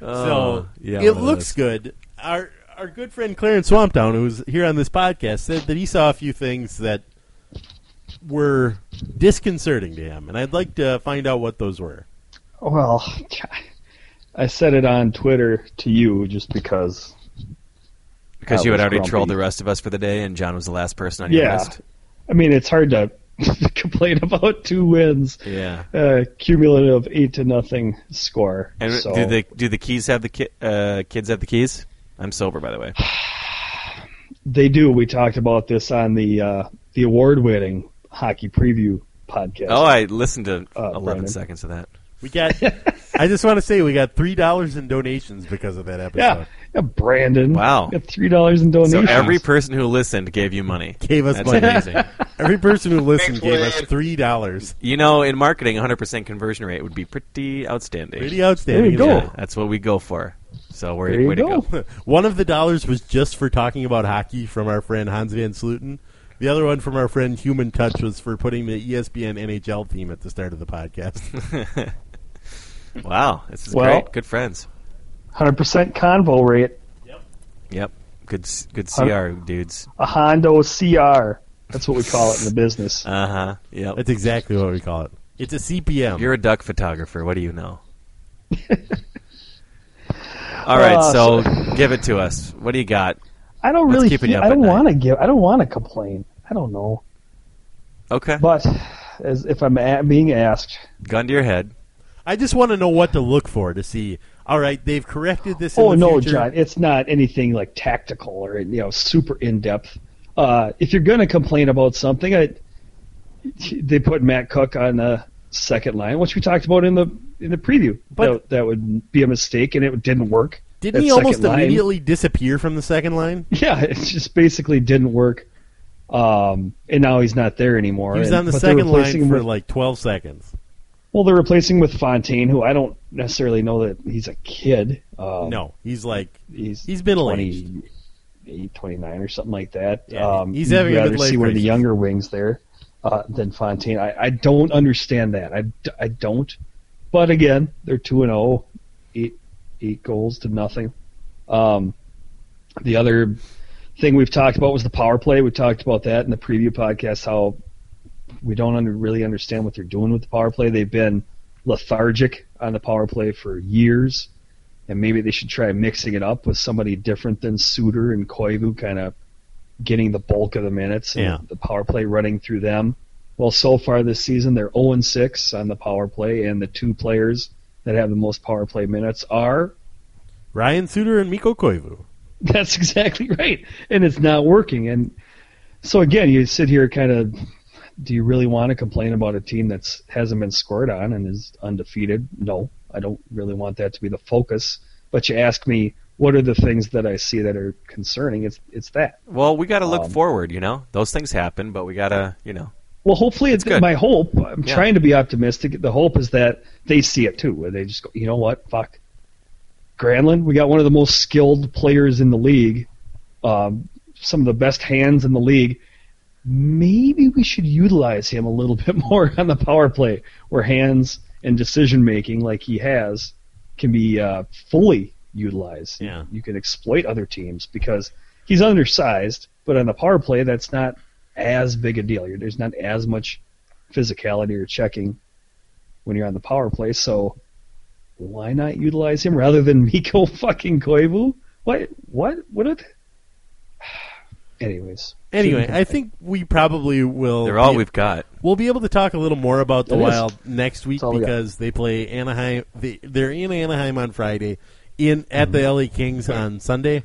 So
yeah,
it
one of
looks good. Our our good friend Clarence Swampdown, who's here on this podcast, said that he saw a few things that were disconcerting to him, and I'd like to find out what those were.
Well, I said it on Twitter to you just because.
because
I
you had
was
already
grumpy.
trolled the rest of us for the day, and John was the last person on your
Yeah.
list.
I mean, it's hard to complain about two wins,
Yeah.
uh, cumulative eight to nothing score.
And
so,
do the do the keys have the ki- uh, kids have the keys? I'm sober, by the way.
they do. We talked about this on the uh, the award winning hockey preview podcast.
Oh, I listened to
Uh,
11
Brandon.
seconds of that.
We got. I just want to say we got three dollars in donations because of that episode.
yeah, yeah, Brandon.
Wow.
got three dollars in donations.
So every person who listened gave you money.
Gave us
That's
money.
amazing.
Every person who listened gave us
Wade.
three dollars.
you know, in marketing, 100% conversion rate would be pretty outstanding.
Pretty outstanding.
There you
Yeah, that's what we go for. So we're
There you
way
go.
to go.
One of the dollars was just for talking about hockey from our friend Hans Van Sluten. The other one from our friend Human Touch was for putting the E ESPN NHL theme at the start of the podcast.
Wow, this is
Well-
great. Good friends.
hundred percent convo rate.
Yep. Good s- good CR dudes.
A Hondo CR. That's what we call it in the business.
Uh-huh. Yep.
That's exactly what we call it. It's a CPM.
You're a duck photographer. What do you know? All right,
Uh,
so give it to us. What do you got?
I don't
What's
really.
keeping you
feel-
up
I
at
don't
night?
want to give. I don't want to complain. I don't know.
Okay.
But as if I'm a being asked,
Gun to your head.
I just want to know what to look for to see. All right, they've corrected this. In
oh
the
no,
future.
John, it's not anything like tactical or you know super in depth. Uh, if you're going to complain about something, I, they put Matt Cook on the second line, which we talked about in the in the preview.
But-
that, that would be a mistake, and it didn't work.
Didn't
That
he almost
second line-
immediately disappear from the second line?
Yeah, it just basically didn't work. Um, and now he's not there anymore.
He was
and-
on the
but they're
second
replacing
line
him
for
with-
like 12 seconds.
Well, they're replacing with Fontaine, who I don't necessarily know that he's a kid. Um,
No, he's like
he's
he's middle
28, 29 or something like that.
Yeah,
um,
he's
you'd
having a
rather
midlife
see one of the
crisis.
younger wings there uh, than Fontaine. I, I don't understand that. I, d- I don't. But again, they're two and zero, eight eight goals to nothing. Um, the other thing we've talked about was the power play. We talked about that in the preview podcast. How we don't under, really understand what they're doing with the power play. They've been lethargic on the power play for years, and maybe they should try mixing it up with somebody different than Suter and Koivu, kind of getting the bulk of the minutes and
Yeah.
the power play running through them. Well, so far this season, they're 0 6 on the power play, and the two players that have the most power play minutes are
Ryan Suter and Miko Koivu.
that's exactly right. And it's not working. And so again, you sit here kind of do you really want to complain about a team that's hasn't been scored on and is undefeated? No, I don't really want that to be the focus. But you ask me what are the things that I see that are concerning? It's it's that.
Well, we got to look
Um,
forward. You know, those things happen, but we got to, you know,
Well, hopefully, it's
good.
my hope. I'm
Yeah.
trying to be optimistic. The hope is that they see it too, where they just go, you know what, fuck, Granlund, we got one of the most skilled players in the league, um, some of the best hands in the league. Maybe we should utilize him a little bit more on the power play, where hands and decision making, like he has, can be uh, fully utilized.
Yeah.
You can exploit other teams because he's undersized, but on the power play, that's not as big a deal. You're- There's not as much physicality or checking when you're on the power play, so why not utilize him rather than Miko fucking Koivu? What? What? What? It? Anyways.
Anyway, I think we probably will.
they're all
be-
we've got.
We'll be able to talk a little more about the
It is.
Wild next week
That's all we got.
because they play Anaheim. They, they're in Anaheim on Friday, in at the LA Kings on Sunday.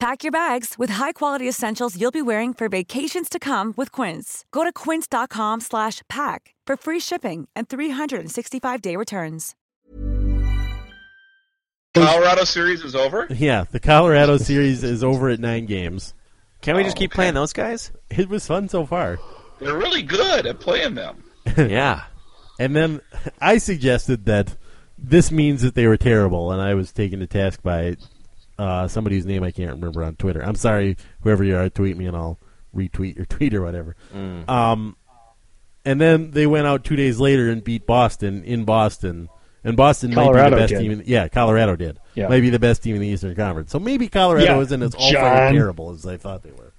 Pack your bags with high-quality essentials you'll be wearing for vacations to come with Quince. Go to quince.com/pack slash pack for free shipping and 365-day returns.
Colorado series is over.
Yeah, the Colorado series is over at nine games.
Can we just keep playing those guys?
It was fun so far.
They're really good at playing them.
yeah.
And then I suggested that this means that they were terrible, and I was taken to task by uh, somebody whose name I can't remember on Twitter. I'm sorry, whoever you are, tweet me and I'll retweet your tweet or whatever. Um, and then they went out two days later and beat Boston in Boston. And Boston might be
Colorado
the best
did.
team. In, yeah, Colorado did.
Yeah.
Might be the best team in the Eastern Conference. So maybe Colorado
Yeah,
isn't as all
John.
terrible as I thought they were.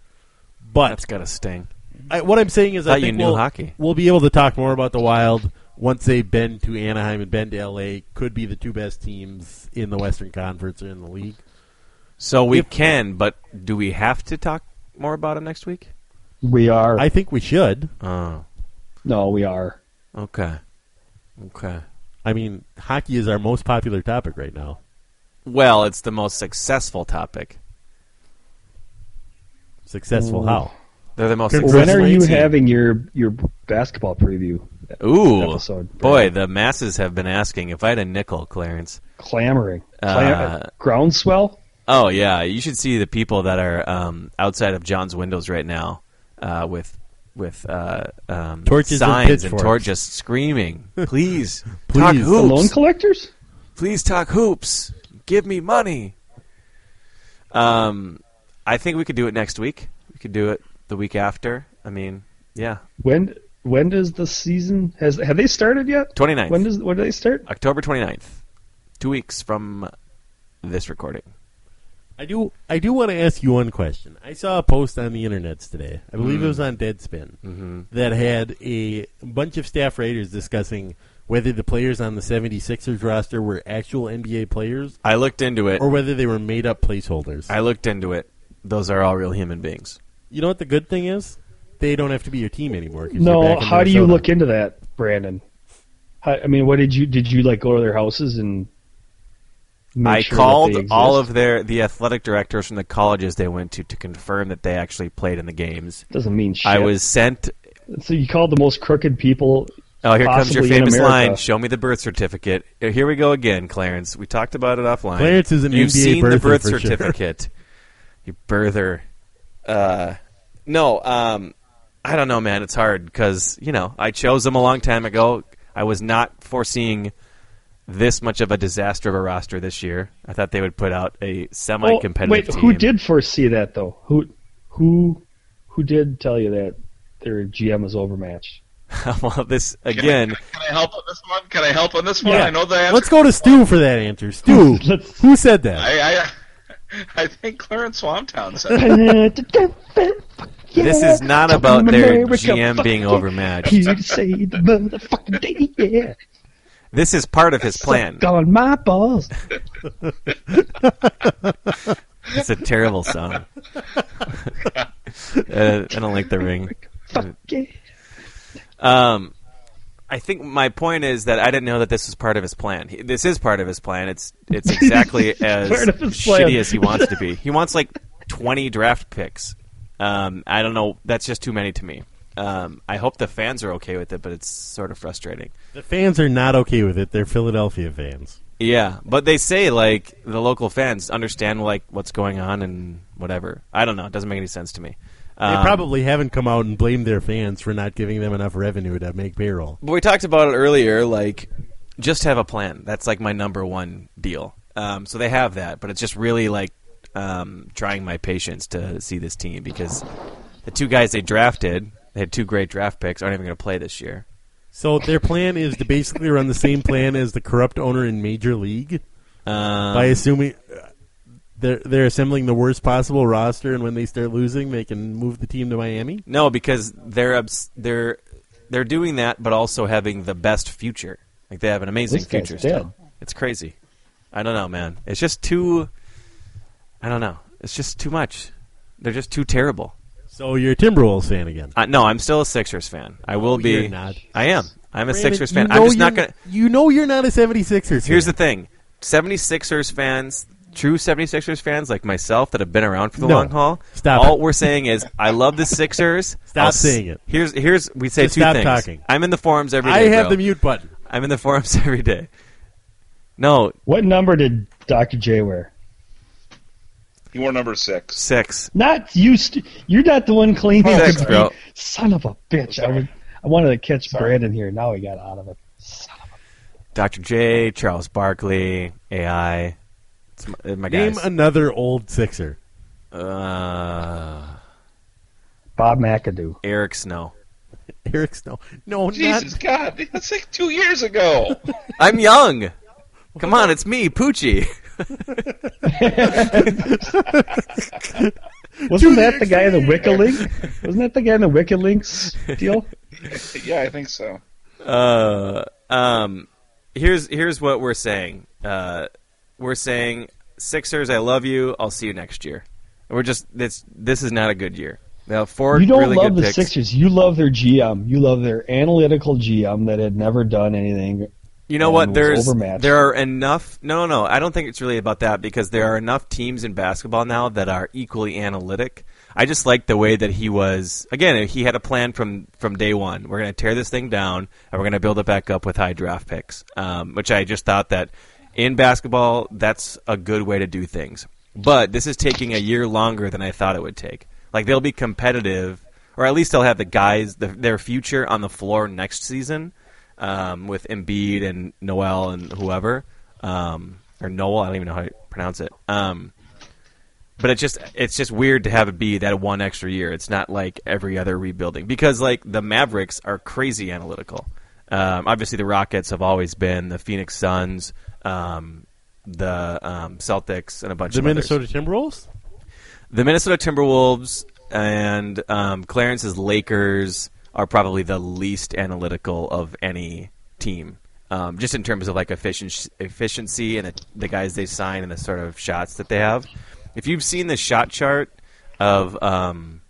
But
That's got to sting.
I, what I'm saying is,
Thought
I
you
think
knew
we'll,
hockey.
we'll be able to talk more about the Wild once they've been to Anaheim and been to LA. Could be the two best teams in the Western Conference or in the league.
So we can, but do we have to talk more about them next week?
We are.
I think we should.
Oh,
no, we are.
okay. Okay.
I mean, hockey is our most popular topic right now.
Well, it's the most successful topic.
Successful how?
They're the most
Good
When
successful.
are you
team.
having your your basketball preview?
Ooh,
episode,
boy,
Brandon?
the masses have been asking if I had a nickel, Clarence.
Clamoring.
Uh,
Clam- groundswell?
Oh yeah, you should see the people that are um, outside of John's windows right now uh, with with uh, um,
Torches and
signs and,
pitchforks.
torches screaming, "Please, talk
Please.
The loan
hoops!
collectors?
Please talk hoops! Give me money!" Um, I think we could do it next week. We could do it the week after. I mean, yeah,
When when does the season has have they started yet?
29th.
When does when do they start?
October 29th, two weeks from this recording.
I do. I do want to ask you one question. I saw a post on the internets today. I believe it was on Deadspin that had a bunch of staff writers discussing whether the players on the 76ers roster were actual NBA players
I looked into it.
or whether they were made up placeholders.
I looked into it. Those are all real human beings.
You know what the good thing is? They don't have to be your team anymore. 'cause you're
No,
back in
how do you
Minnesota.
look into that, Brandon? How, I mean, what did you did you like go to their houses and? make
I
sure that
called
they
all
exist?
of their the athletic directors from the colleges they went to to confirm that they actually played in the games.
doesn't mean shit.
I was sent.
so you called the most crooked people.
Oh, here comes your
possibly in
famous
America.
line. Show me the birth certificate. Uh, Here we go again, Clarence. We talked about it offline.
Clarence is an
You've
NBA
seen the
birther
birth
for sure.
certificate. You birther. Uh, no, um, I don't know, man. It's hard because you know I chose them a long time ago. I was not foreseeing this much of a disaster of a roster this year. I thought they would put out a
Well,
semi-competitive
wait,
team.
who did foresee that though? Who, who, who did tell you that
their GM was overmatched.
well, this again.
Can I help on this one? Can I help on this one? I know the answer.
Let's go to Stu for that answer. Stu,
Let's-
who said that?
I, I, I think Clarence Swamptown said it.
This
this
is not about their GM being overmatched.
Here to say the motherfucking day, yeah.
This is part of his plan.
Sucked on my balls.
It's a terrible song. uh, I don't like the ring.
Fuck yeah.
Um, I think my point is that I didn't know that this was part of his plan. He, this is part of his plan. It's it's exactly as
part of his plan.
shitty as he wants to be. He wants like twenty draft picks. Um, I don't know. That's just too many to me. Um, I hope the fans are okay with it, but it's sort of frustrating.
The fans are not okay with it. They're Philadelphia fans.
Yeah, but they say like the local fans understand like what's going on and whatever. I don't know. It doesn't make any sense to me.
They
Um,
probably haven't come out and blamed their fans for not giving them enough revenue to make payroll.
But we talked about it earlier. Like, just have a plan. That's like my number one deal. Um, so they have that, but it's just really like um, trying my patience to see this team because the two guys they drafted, they had two great draft picks, aren't even going to play this year.
So their plan is to basically run the same plan as the corrupt owner in Major League
Um,
by assuming uh, they're they're assembling the worst possible roster, and when they start losing, they can move the team to Miami.
no, because they're obs- they're they're doing that, but also having the best future. Like they have an amazing
This guy's
future. Still,
dead.
it's crazy. I don't know, man. It's just too. I don't know. It's just too much. They're just too terrible.
So you're a Timberwolves fan again.
Uh, no, I'm still a Sixers fan. I will be.
you're not.
I am. I'm a Sixers fan.
Brandon,
I'm
you
just
know
not
you're-
gonna.
You know you're not a 76ers.
Here's the
fan.
thing: 76ers fans, true 76ers fans like myself that have been around for the
No.
long haul.
Stop
All
it.
we're saying is, I love the Sixers.
Stop
s-
saying it.
Here's here's we say
Just
two
stop
things.
talking.
I'm in the forums every
I
day.
have
bro.
the mute button.
I'm in the forums every day. No
What number did Dr. J wear?
You were number six.
six.
Not you. St- you're not the one
Oh,
cleaning.
Six,
the-
bro.
Son of a bitch! I, was, I wanted to catch Brandon here. Now he got out of it. Son of
Dr. J, Charles Barkley, AI. It's my, they're my
Name
guys.
another old Sixer.
uh,
a- Bob McAdoo.
Eric Snow.
Eric Snow. No,
Jesus God, that's like two years ago.
I'm young. Come on, it's me, Poochie.
Wasn't that the guy in the WikiLink? Wasn't that the guy in the WikiLinks deal?
yeah, I think so.
Uh, um, here's here's what we're saying. Uh, we're saying Sixers, I love you. I'll see you next year. We're just this. This is not a good year. They have four
You don't
really
love
good
the
picks.
Sixers. You love their GM. You love their analytical GM that had never done anything.
You know
and
what?
was
There's
overmatched.
there are enough. No, no, I don't think it's really about that because there are enough teams in basketball now that are equally analytic. I just like the way that he was. Again, he had a plan from from day one. We're going to tear this thing down and we're going to build it back up with high draft picks. Um, which I just thought that in basketball, that's a good way to do things. But this is taking a year longer than I thought it would take. Like they'll be competitive, or at least they'll have the guys the, their future on the floor next season um, with Embiid and Noel and whoever, um, or Noel. I don't even know how to pronounce it. Um, but it's just it's just weird to have it be that one extra year. It's not like every other rebuilding because like the Mavericks are crazy analytical. Um, obviously, the Rockets have always been the Phoenix Suns, um, the um, Celtics, and a bunch
The
of
Minnesota
others.
Timberwolves?
the Minnesota Timberwolves and um, Clarence's Lakers are probably the least analytical of any team, um, just in terms of like efficiency, efficiency and the- the guys they sign and the sort of shots that they have. If you've seen the shot chart of um,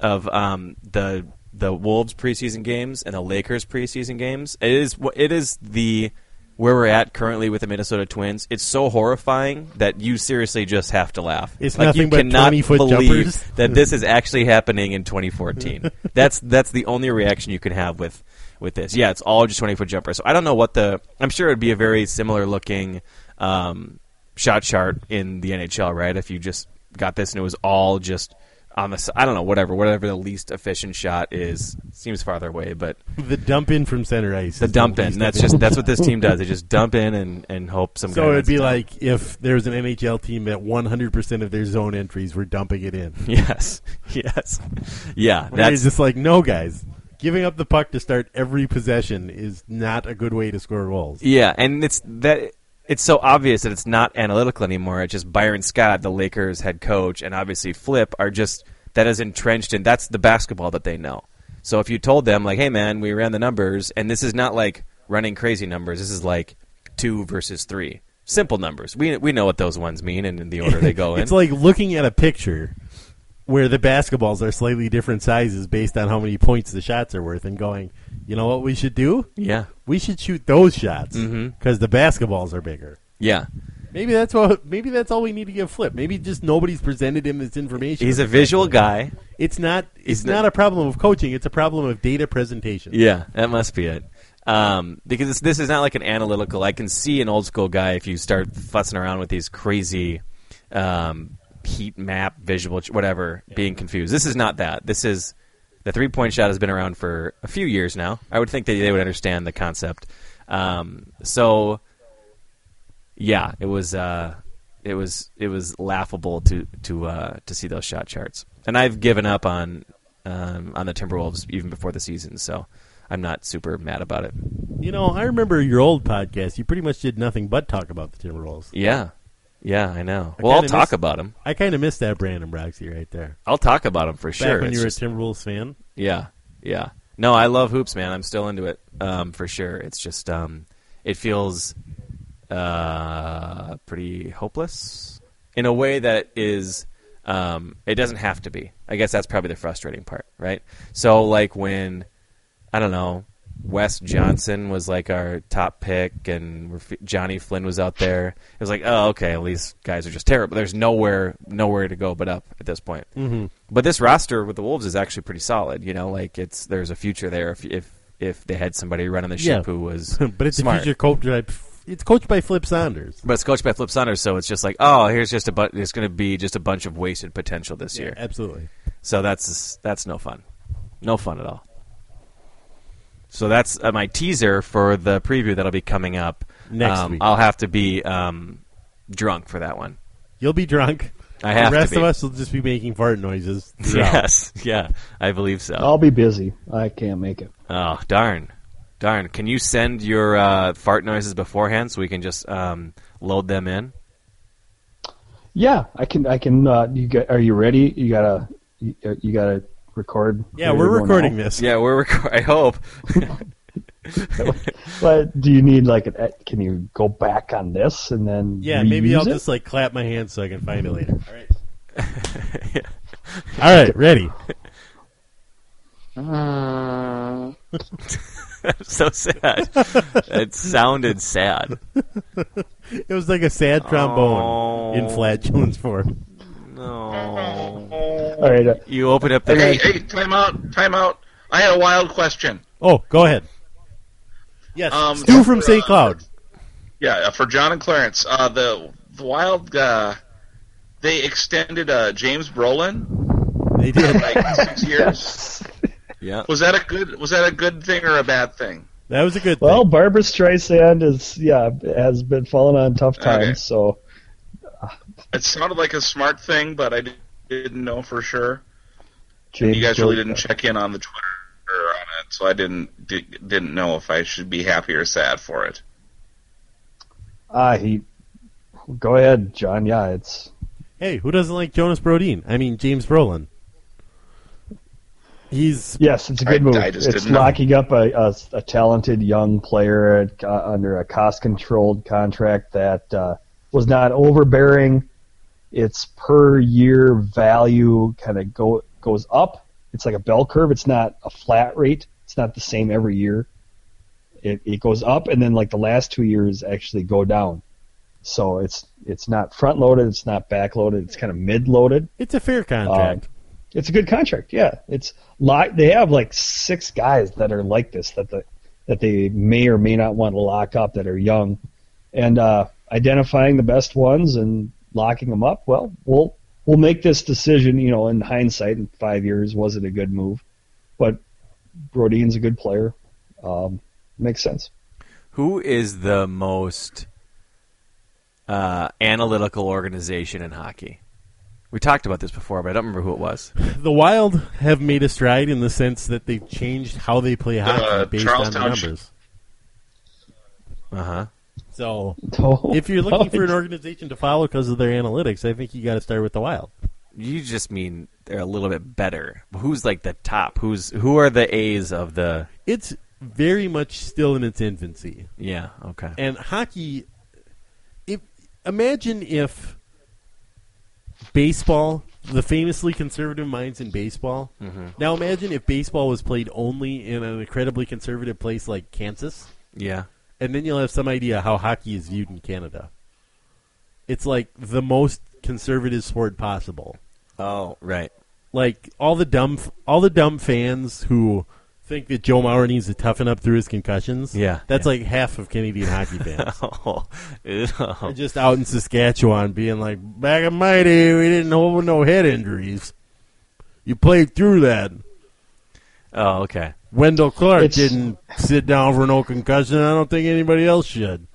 of um, the the Wolves preseason games and the Lakers preseason games. It is wh- it is the where we're at currently with the Minnesota Twins. It's so horrifying that you seriously just have to laugh.
It's
like you
nothing but
cannot
20-foot
believe
jumpers.
that this is actually happening in 2014. that's that's the only reaction you can have with with this. Yeah, it's all just 20 foot jumpers. So I don't know what the I'm sure it'd be a very similar looking um, shot chart in the NHL, right? If you just got this and it was all just on the s- I don't know whatever whatever the least efficient shot is seems farther away, but
The dump in from center ice.
the
is
dump in
least
that's
efficient.
just that's what this team does. They just dump in and and hope some. guy
So it'd
lets
be
it down.
like if there's an NHL team that 100% of their zone entries were dumping it in.
yes, yes, yeah.
Where it's
That's
just like, no, guys, giving up the puck to start every possession is not a good way to score goals.
Yeah, and it's that it's so obvious that it's not analytical anymore. It's just Byron Scott, the Lakers head coach, and obviously Flip are just that is entrenched in that's the basketball that they know. So if you told them like, "Hey man, we ran the numbers and this is not like running crazy numbers. This is like 2 versus 3. Simple numbers. We we know what those ones mean and in the order they go in."
It's like looking at a picture where the basketballs are slightly different sizes based on how many points the shots are worth and going, you know what we should do?
yeah. Mm-hmm.
We should shoot those shots because the basketballs are bigger.
Yeah.
Maybe that's what. Maybe that's all we need to give Flip. Maybe just nobody's presented him this information.
He's a visual guy.
It's not. It's
He's
not
the-
a problem of coaching. It's a problem of data presentation.
Yeah, that must be it. Um, because it's, this is not like an analytical. I can see an old school guy if you start fussing around with these crazy um, heat map, visual, ch- whatever, being confused. This is not that. This is the three point shot has been around for a few years now. I would think that they would understand the concept. Um, so, yeah, it was uh, it was it was laughable to to uh, to see those shot charts. And I've given up on um, on the Timberwolves even before the season, so I'm not super mad about it.
You know, I remember your old podcast. You pretty much did nothing but talk about the Timberwolves.
Yeah, yeah, I know.
I
well, I'll
kinda
talk
miss-
about him.
I kind of miss that Brandon Broxy right there.
I'll talk about him for
Back
sure.
when
It's
you were
just-
a Timberwolves fan.
yeah, yeah. No, I love hoops, man. I'm still into it um, for sure. It's just um, it feels uh, pretty hopeless in a way that is um, it doesn't have to be. I guess that's probably the frustrating part, right? So like when I don't know Wes Johnson was like our top pick and we're f- Johnny Flynn was out there. It was like, oh okay, at least guys are just terrible. There's nowhere nowhere to go but up at this point. Mm-hmm. But this roster with the Wolves is actually pretty solid. You know, like it's there's a future there if if if they had somebody running the ship
Yeah.
who was
but it's
smart.
a future coach. by- It's coached by Flip Saunders.
But it's coached by Flip Saunders, so it's just like, oh, here's just a bu- it's going to be just a bunch of wasted potential this year.
Absolutely.
So that's that's no fun, no fun at all. So that's uh, my teaser for the preview that'll be coming up
Next
Um,
week.
I'll have to be um, drunk for that one.
You'll be drunk.
I have to
The rest
be.
of us will just be making fart noises. throughout.
Yes, yeah, I believe so.
I'll be busy. I can't make it.
Oh darn, darn! Can you send your uh, fart noises beforehand so we can just um, load them in?
Yeah, I can. I can. Uh, you got, Are you ready? You gotta. You, you gotta record.
Yeah, we're recording
this.
this.
Yeah, we're. Rec- I hope.
But do you need like an? ed- Can you go back on this and then?
Yeah, maybe
reuse
I'll
it?
just like clap my hands so I can find it later. All right. All right, ready.
so sad. it sounded sad.
It was like a sad trombone in
Oh.
flatulence form.
No.
All right. Uh,
You open up the.
Hey, hey, time out, time out. I had a wild question.
Oh, go ahead. Yes,
Um,
Stu from St.
uh,
Cloud.
Yeah, uh, for John and Clarence, uh, the the wild uh, they extended uh, James Brolin
They did.
like six years.
Yeah.
Was that a good? Was that a good thing or a bad thing?
That was a good thing.
well, Barbara Streisand is yeah has been falling on tough times.
Okay.
So
It sounded like a smart thing, but I di- didn't know for sure.
James
you guys really
Jordan-
didn't check in on the Twitter on it, so I didn't di- didn't know if I should be happy or sad for it.
Ah, he. Go ahead, John. Yeah, it's
hey, who doesn't like Jonas Brodeen? I mean, James Brolin. He's
yes, it's a
I-
good move.
I just
it's
didn't know.
locking up a, a, a talented young player at, uh, under a cost-controlled contract that uh, was not overbearing. It's per year value kind of go goes up. It's like a bell curve. It's not a flat rate. It's not the same every year. It it goes up and then like the last two years actually go down. So it's it's not front loaded. It's not back loaded. It's kind of mid loaded.
it's a fair contract.
It's a good contract. Yeah, it's lock. They have like six guys that are like this that the that they may or may not want to lock up that are young, and uh, identifying the best ones and locking them up. Well, we'll we'll make this decision, you know, in hindsight, in five years, was it a good move? But Brodeen's a good player. Um, makes sense.
Who is the most uh, analytical organization in hockey? We talked about this before, but I don't remember who it was.
The Wild have made a stride in the sense that they've changed how they play hockey
Uh,
based
Charles
on the
Township.
numbers.
Uh huh.
So
Oh,
if you're looking for an
nice.
organization to follow because of their analytics, I think you got to start with the Wild.
You just mean they're a little bit better. Who's like the top? Who's who are the A's of the?
It's very much still in its infancy.
Yeah. Okay.
And hockey, if imagine if baseball, the famously conservative minds in baseball. Now imagine if baseball was played only in an incredibly conservative place like Kansas,
Yeah.
and then you'll have some idea how hockey is viewed in Canada. It's like the most conservative sport possible
Oh, right.
like all the dumb all the dumb fans who think that Joe Mauer needs to toughen up through his concussions.
Yeah,
that's
yeah.
like half of Canadian hockey fans.
Oh, ew.
They're just out in Saskatchewan being like, "Back in my day, we didn't hold no head injuries. You played through that.
oh, okay.
Wendell Clark
It's-
didn't sit down for no concussion. I don't think anybody else should."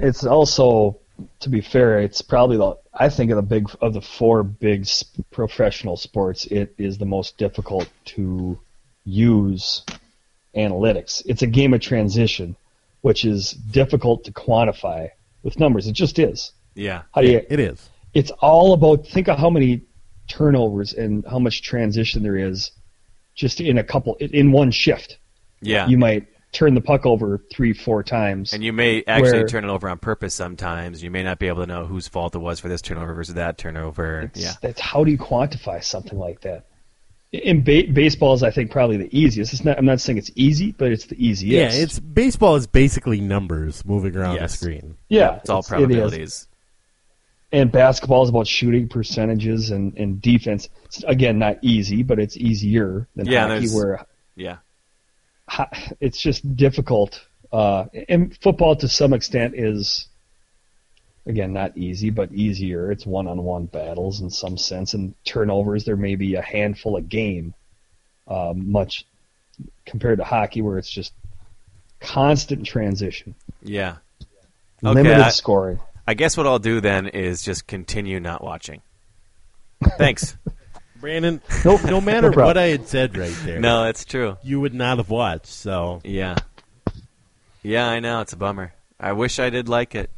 it's also to be fair it's probably the i think of the big of the four big s- professional sports it is the most difficult to use analytics it's a game of transition which is difficult to quantify with numbers it just is
Yeah.
how do you
It is.
it's all about think of how many turnovers and how much transition there is just in a couple in one shift
Yeah.
you might turn the puck over three four times
and you may actually
where-
turn it over on purpose sometimes. You may not be able to know whose fault it was for this turnover versus that turnover.
It's-
Yeah.
That's how do you quantify something like that? In ba- baseball is, I think, probably the easiest. It's not. I'm not saying it's easy, but it's the easiest.
Yeah, it's baseball is basically numbers moving around
Yes.
the screen.
yeah.
It's all
it is.
probabilities.
And basketball is about shooting percentages and, and defense. It's, again, not easy, but it's easier than
Yeah,
hockey,
there's-
where
Yeah.
ho- it's just difficult. Uh, and football, to some extent, is again not easy, but easier. It's one-on-one battles in some sense, and turnovers. There may be a handful a game, uh, much compared to hockey, where it's just constant transition,
Yeah.
limited
I-
scoring.
I guess what I'll do then is just continue not watching. Thanks.
Brandon, no, no matter
problem.
what I had said right there,
no, it's true.
you would not have watched. So
Yeah. Yeah, I know. It's a bummer. I wish I did like it.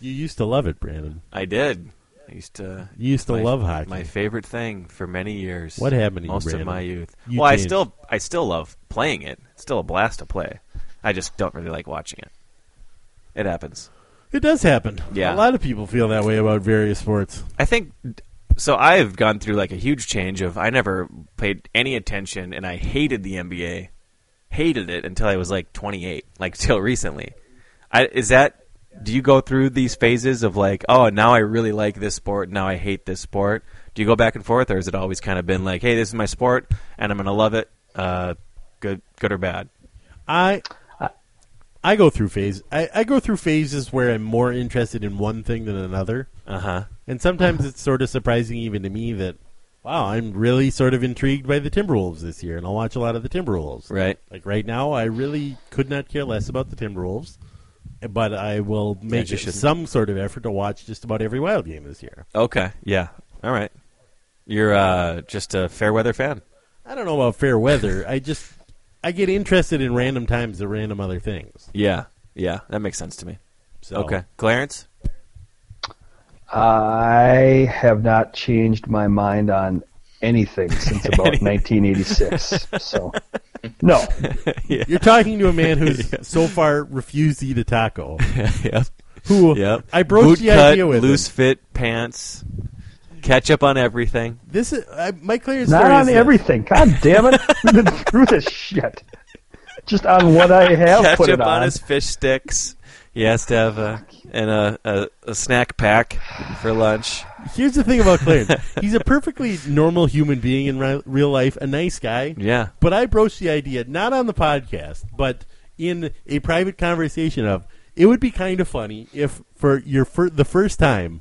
you used to love it, Brandon.
I did. I used to.
You used to
my-
love hockey.
My favorite thing for many years.
What happened to you,
Most of
Brandon?
my youth.
You
well,
changed.
I still, I still love playing it. It's still a blast to play. I just don't really like watching it. It happens.
It does happen.
Yeah.
A lot of people feel that way about various sports.
I think so. I've gone through like a huge change of I never paid any attention, and I hated the NBA, hated it until I was like 28, like till recently. I, is that? Do you go through these phases of like, oh, now I really like this sport, now I hate this sport? Do you go back and forth, or has it always kind of been like, hey, this is my sport, and I'm gonna love it, uh, good, good or bad?
I I go through phase. I, I go through phases where I'm more interested in one thing than another,
Uh huh.
and sometimes it's sort of surprising even to me that wow, I'm really sort of intrigued by the Timberwolves this year, and I'll watch a lot of the Timberwolves.
Right.
Like right now, I really could not care less about the Timberwolves, but I will make
you shouldn't.
some sort of effort to watch just about every Wild game this year.
Okay. Yeah. All right. You're uh, just a fair weather fan.
I don't know about fair weather. I just I get interested in random times of random other things.
Yeah. Yeah. That makes sense to me.
So
Okay, Clarence.
I have not changed my mind on anything since about 1986. So, no,
You're talking to a man who's so far refused to eat a taco.
yep.
Who
Yep.
I broached
Boot
the
cut,
idea with him.
loose fit pants, ketchup on everything.
This is I, my clearest
Not
story
on
is this.
everything. God damn it. We've been through this shit. Just on what I have put
ketchup
it
on.
on.
his fish sticks. He has to have a and a, a, a snack pack for lunch.
Here's the thing about Clarence. He's a perfectly normal human being in ri- real life, a nice guy.
Yeah.
But I broached the idea not on the podcast, but in a private conversation of it would be kind of funny if for your fir- the first time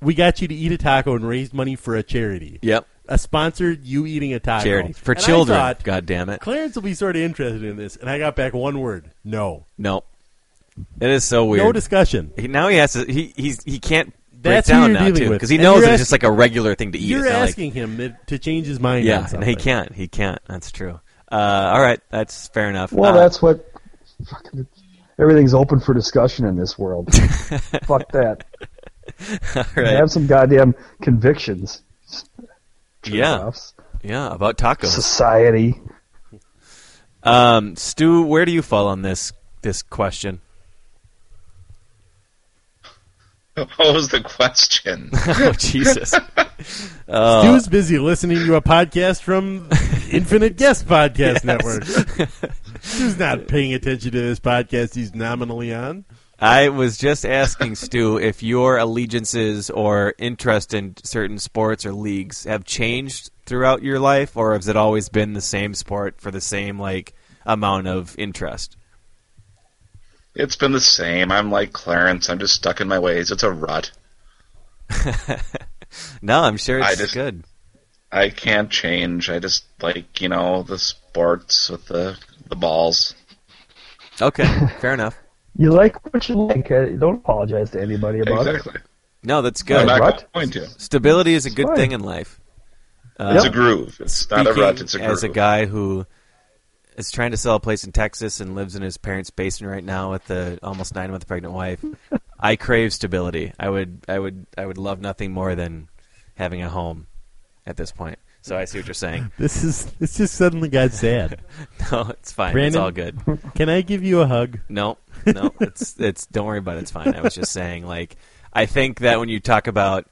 we got you to eat a taco and raised money for a charity.
Yep.
A sponsored you eating a taco.
Charity for
And I
children.
thought,
God damn it.
Clarence will be sort of interested in this, and I got back one word: no,
No. It is so weird.
no discussion.
He- now he has to. He he's, he can't
That's
break
who
down
you're
now
dealing
too
with.
because he
And
knows
you're
it's just like a regular thing to eat.
You're
It's not like-
asking him that, to change his mind.
yeah,
on
and
something.
he can't. He can't. That's true. Uh, all right, that's fair enough.
Well,
Uh,
that's what. Fucking, everything's open for discussion in this world. Fuck that.
all right.
Have some goddamn convictions.
yeah,
Jerk-offs.
yeah, about tacos.
Society.
Um, Stu, where do you fall on this this question?
What was the question?
oh Jesus! Uh,
Stu's busy listening to a podcast from Infinite Guest Podcast Network. Stu's not paying attention to this podcast he's nominally on.
I was just asking Stu if your allegiances or interest in certain sports or leagues have changed throughout your life, or has it always been the same sport for the same like amount of interest?
It's been the same. I'm like Clarence. I'm just stuck in my ways. It's a rut.
No, I'm sure
I
it's
just-
good.
I can't change. I just like you know the sports with the the balls.
Okay, fair enough.
You like what you like. Uh, don't apologize to anybody about it.
Exactly.
No, that's
I'm
good.
not
Rut?
going to.
Stability is a good
Fine.
thing in life.
It's a groove. It's not a
Speaking
rut. It's a groove.
as a guy who is trying to sell a place in Texas and lives in his parents' basement right now with the almost nine month pregnant wife, I crave stability. I would, I would, I would love nothing more than having a home at this point. So I see what you're saying.
This is this just suddenly got sad.
No, it's fine. It's
Brandon?
all good.
Can I give you a hug?
No, no, it's it's. Don't worry about it. It's fine. I was just saying, like, I think that when you talk about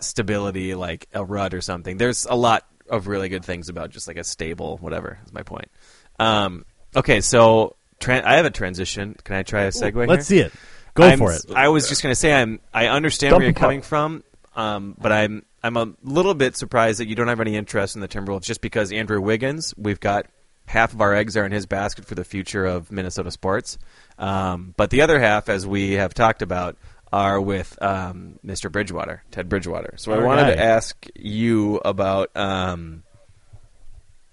stability, like a rut or something, there's a lot of really good things about just like a stable whatever. Is my point. Um, okay, so tran I have a transition. Can I try a segue?
Let's
here?
see it. Go
I'm-
for it.
I was just going to say I'm. I understand
Dump
where you're
and pump.
coming from, um, but I'm. I'm a little bit surprised that you don't have any interest in the Timberwolves just because Andrew Wiggins. We've got half of our eggs are in his basket for the future of Minnesota sports, um, but the other half, as we have talked about, are with um, Mr. Bridgewater, Ted Bridgewater. So I
Our
wanted to
guy.
ask you about um,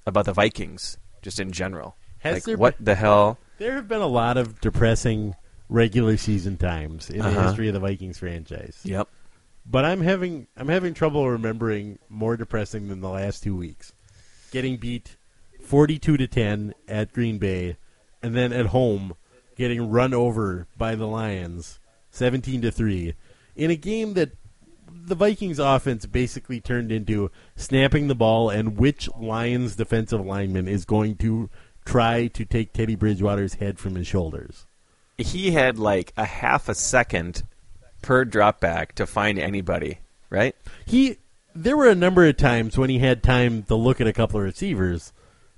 about the Vikings, just in general.
Has
like,
there
what the hell?
There have been a lot of depressing regular season times in the
Uh-huh.
history of the Vikings franchise.
Yep.
But I'm having I'm having trouble remembering more depressing than the last two weeks. Getting beat forty two to ten at Green Bay and then at home getting run over by the Lions seventeen to three in a game that the Vikings offense basically turned into snapping the ball and which Lions defensive lineman is going to try to take Teddy Bridgewater's head from his shoulders.
he had like a half a second per dropback to find anybody, right?
he there were a number of times when he had time to look at a couple of receivers,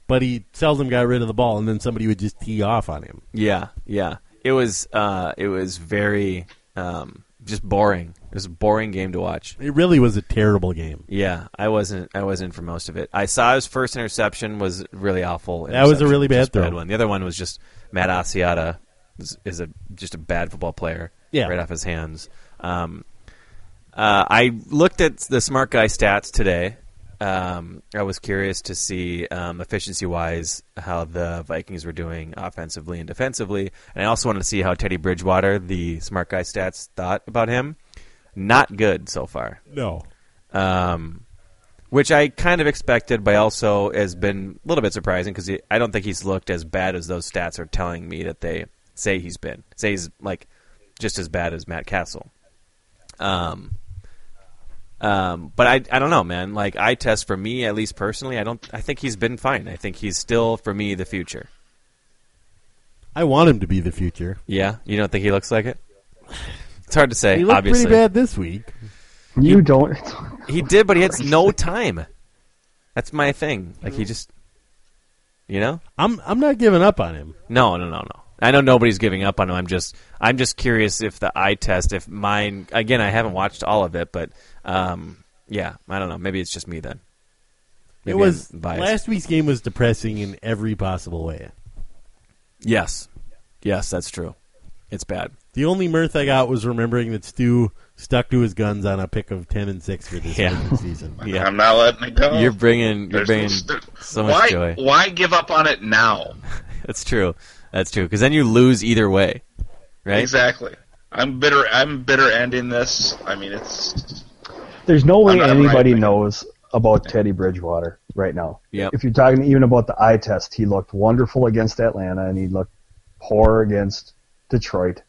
but he seldom got rid of the ball, and then somebody would just tee off on him.
Yeah, yeah. It was uh it was very um just boring. It was a boring game to watch.
It really was a terrible game.
Yeah, I wasn't I wasn't for most of it. I saw his first interception was really awful.
That was a
interception,
really bad
just
throw.
one. The other one was just Matt Asiata is, is a just a bad football player.
Yeah.
right off his hands. Um, Uh, I looked at the smart guy stats today. Um, I was curious to see um, efficiency wise how the Vikings were doing offensively and defensively, and I also wanted to see how Teddy Bridgewater, the smart guy stats, thought about him. Not good so far,
No,
um, which I kind of expected, but also has been a little bit surprising because I don't think he's looked as bad as those stats are telling me that they say he's been. Say he's like just as bad as Matt Castle. Um, um, but I, I don't know, man. Like I test for me, at least personally, I don't. I think he's been fine. I think he's still for me the future.
I want him to be the future.
Yeah, you don't think he looks like it? It's hard to say.
He looked
obviously,
pretty bad this week.
You don't.
He did, but he had no time. That's my thing. Like
Mm-hmm.
he just, you know,
I'm I'm not giving up on him.
no, no, no, no. I know nobody's giving up on him. I'm just, I'm just curious if the eye test, if mine. Again, I haven't watched all of it, but um, yeah, I don't know. Maybe it's just me then. Maybe
it was
I'm biased.
last week's game was depressing in every possible way.
Yes, yes, that's true. It's bad.
The only mirth I got was remembering that Stu stuck to his guns on a pick of ten and six for this
Yeah.
winning season.
Yeah.
I'm not letting it go.
You're bringing you're
There's-
bringing
there's-
so much
why,
joy.
Why give up on it now?
That's true. That's true. Because then you lose either way, right?
Exactly. I'm bitter. I'm bitter ending this. I mean, it's
There's no
I'm
way
not a
anybody
right-winger.
knows about Teddy Bridgewater right now.
Yep.
If you're talking even about the eye test, he looked wonderful against Atlanta and he looked poor against Detroit.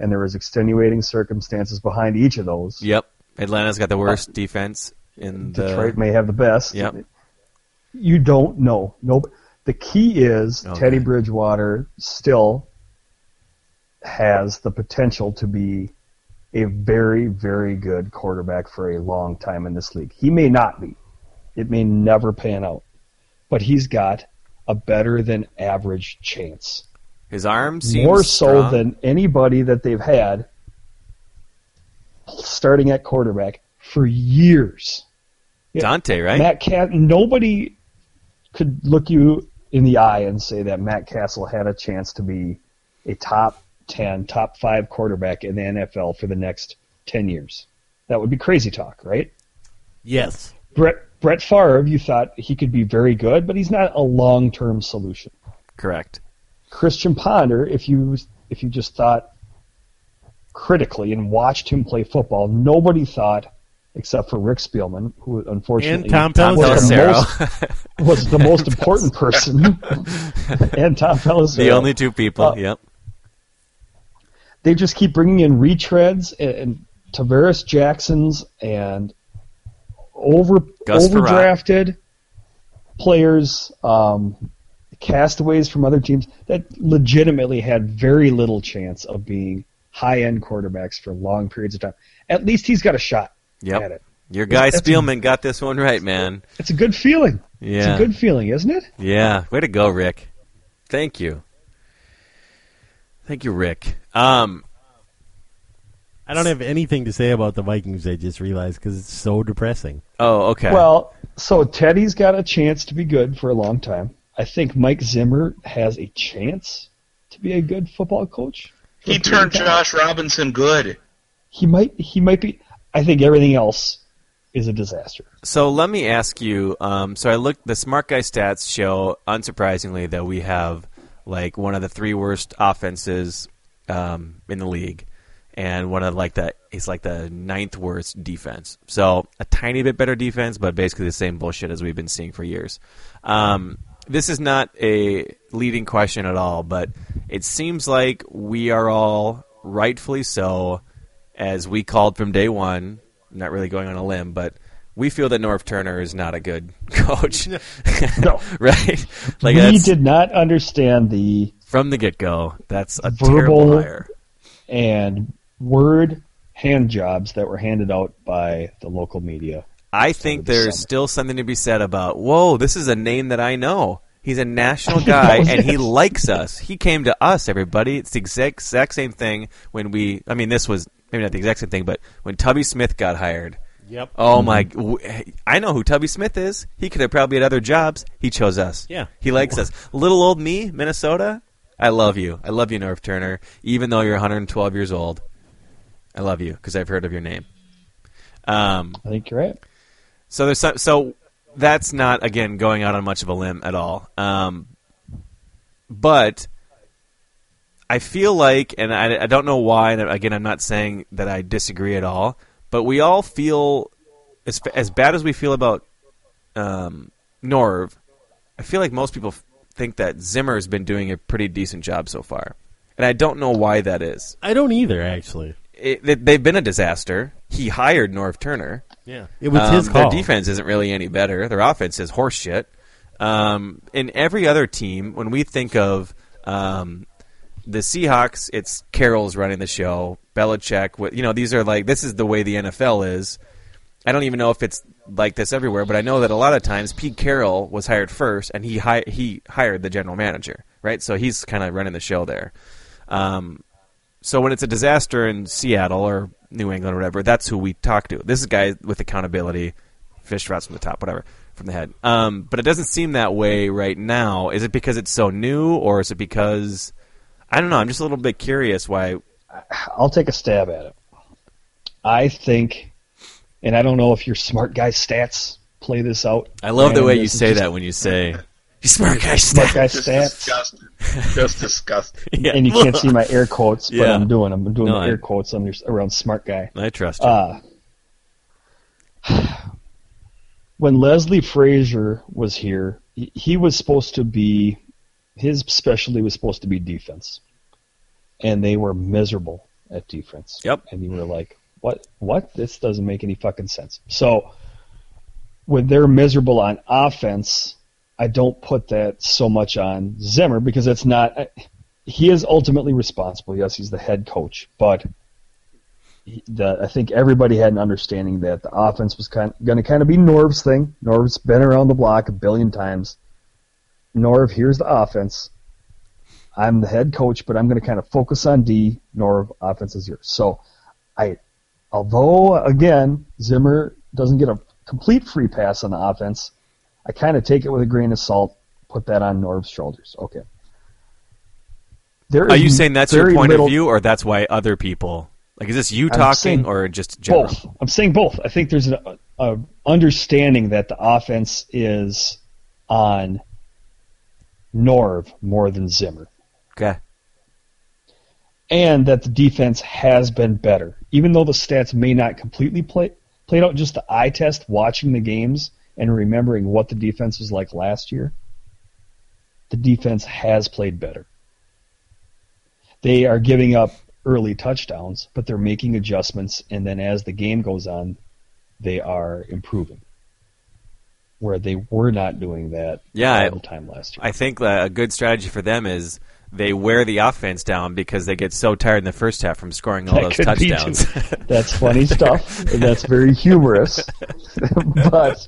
And there was extenuating circumstances behind each of those.
Yep. Atlanta's got the worst defense in the
Detroit may have the best.
Yep.
You don't know. Nope. The key is
Okay.
Teddy Bridgewater still has the potential to be a very, very good quarterback for a long time in this league. He may not be. It may never pan out. But he's got a better than average chance.
His arm seems
More so
strong.
than anybody that they've had starting at quarterback for years.
Dante, right?
Matt Cat. Nobody could look you in the eye and say that Matt Castle had a chance to be a top ten, top five quarterback in the NFL for the next ten years. That would be crazy talk, right?
Yes.
Brett Brett Favre, you thought he could be very good, but he's not a long term solution.
Correct.
Christian Ponder, if you if you just thought critically and watched him play football, nobody thought, except for Rick Spielman, who unfortunately
And Tom
Tom
Pelissero.
was the
Pelissero.
most was the most important person, and Tom Pelissero.
the only two people.
Uh,
yep.
They just keep bringing in retreads and, and Tavares Jacksons and over
Gus Frerotte.
overdrafted players, um, castaways from other teams that legitimately had very little chance of being high end quarterbacks for long periods of time. At least he's got a shot at
Yep.
it.
Your guy
That's-
Spielman got this one right, man.
It's a good feeling. It's
Yeah.
a good feeling, isn't it?
Yeah, way to go, Rick. Thank you. Thank you, Rick. Um,
I don't have anything to say about the Vikings. I just realized because it's so depressing.
oh, okay.
Well, so Teddy's got a chance to be good for a long time. I think Mike Zimmer has a chance to be a good football coach.
he turned Josh Robinson good.
He might. He might be. I think everything else is a disaster.
So let me ask you. Um, so I looked. The Smart Guy stats show, unsurprisingly, that we have like one of the three worst offenses um, in the league, and one of like the it's like the ninth worst defense. So a tiny bit better defense, but basically the same bullshit as we've been seeing for years. Um, this is not a leading question at all, but it seems like we are all rightfully so as we called from day one, not really going on a limb, but we feel that North Turner is not a good coach.
No.
right? Like
we
that's
did not understand the
from the get go. That's a
Verbal-
terrible hire.
and word hand jobs that were handed out by the local media.
I think
the
there's
summer.
still something to be said about, whoa, this is a name that I know. He's a national guy and he likes us. He came to us, everybody. It's the exact, exact same thing when we, I mean, this was maybe not the exact same thing, but when Tubby Smith got hired.
Yep. Mm-hmm.
Oh my! w- I know who Tubby Smith is. He could have probably had other jobs. He chose us.
Yeah.
he likes us. Little old me, Minnesota. I love you. I love you, North Turner. Even though you're 112 years old, I love you because I've heard of your name. Um,
I think you're right.
so there's some, so that's not again going out on much of a limb at all. Um, but I feel like, and I, I don't know why. And again, I'm not saying that I disagree at all, but we all feel as as bad as we feel about um, Norv. I feel like most people f- think that Zimmer's been doing a pretty decent job so far, and I don't know why that is.
I don't either, actually.
It, they, they've been a disaster. He hired Norv Turner.
Yeah, it was his
Um,
call.
Their defense isn't really any better. Their offense is horse shit. Um, in every other team, when we think of um, the Seahawks, it's Carroll's running the show. Belichick, wh- you know, these are like this is the way the NFL is. I don't even know if it's like this everywhere, but I know that a lot of times Pete Carroll was hired first, and he hi- he hired the general manager, right? So he's kind of running the show there. Um, so when it's a disaster in Seattle or New England or whatever, that's who we talk to. This is a guy with accountability, fish routes from the top, whatever, from the head. Um, but it doesn't seem that way right now. Is it because it's so new, or is it because I don't know? I'm just a little bit curious why
I'll take a stab at it. I think, and I don't know if your smart guy stats play this out.
I love the
Brandon,
way you
this is
say
just
that when you say you smart guy
Smart guy
Just
stats,
disgusted. Just disgusted.
Yeah.
and you can't see my air quotes, but
Yeah.
I'm doing. I'm doing
No,
the
I-
air quotes under, around smart guy.
I trust you.
Uh, when Leslie Frazier was here, he, he was supposed to be his specialty was supposed to be defense, and they were miserable at defense.
Yep.
And you were like, "What? What? This doesn't make any fucking sense." So when they're miserable on offense, I don't put that so much on Zimmer because it's not. He is ultimately responsible. Yes, he's the head coach, but the, I think everybody had an understanding that the offense was kind going to kind of be Norv's thing. Norv's been around the block a billion times. Norv, here's the offense. I'm the head coach, but I'm going to kind of focus on D. Norv, offense is yours. So, I, although again Zimmer doesn't get a complete free pass on the offense, I kind of take it with a grain of salt. Put that on Norv's shoulders. Okay. There
Are
is
you saying that's your
very
point
little-
of view, or that's why other people like? Is this you
I'm
talking,
saying
or just general?
both. I'm saying both. I think there's an a understanding that the offense is on Norv more than Zimmer,
Okay.
and that the defense has been better, even though the stats may not completely play played out. Just the eye test, watching the games, and remembering what the defense was like last year. The defense has played better. They are giving up early touchdowns, but they're making adjustments, and then as the game goes on, they are improving. Where they were not doing that
Yeah, I-
all the time last year.
I think uh, a good strategy for them is they wear the offense down because they get so tired in the first half from scoring all
That
those
could be
touchdowns.
That's funny stuff, and that's very humorous. but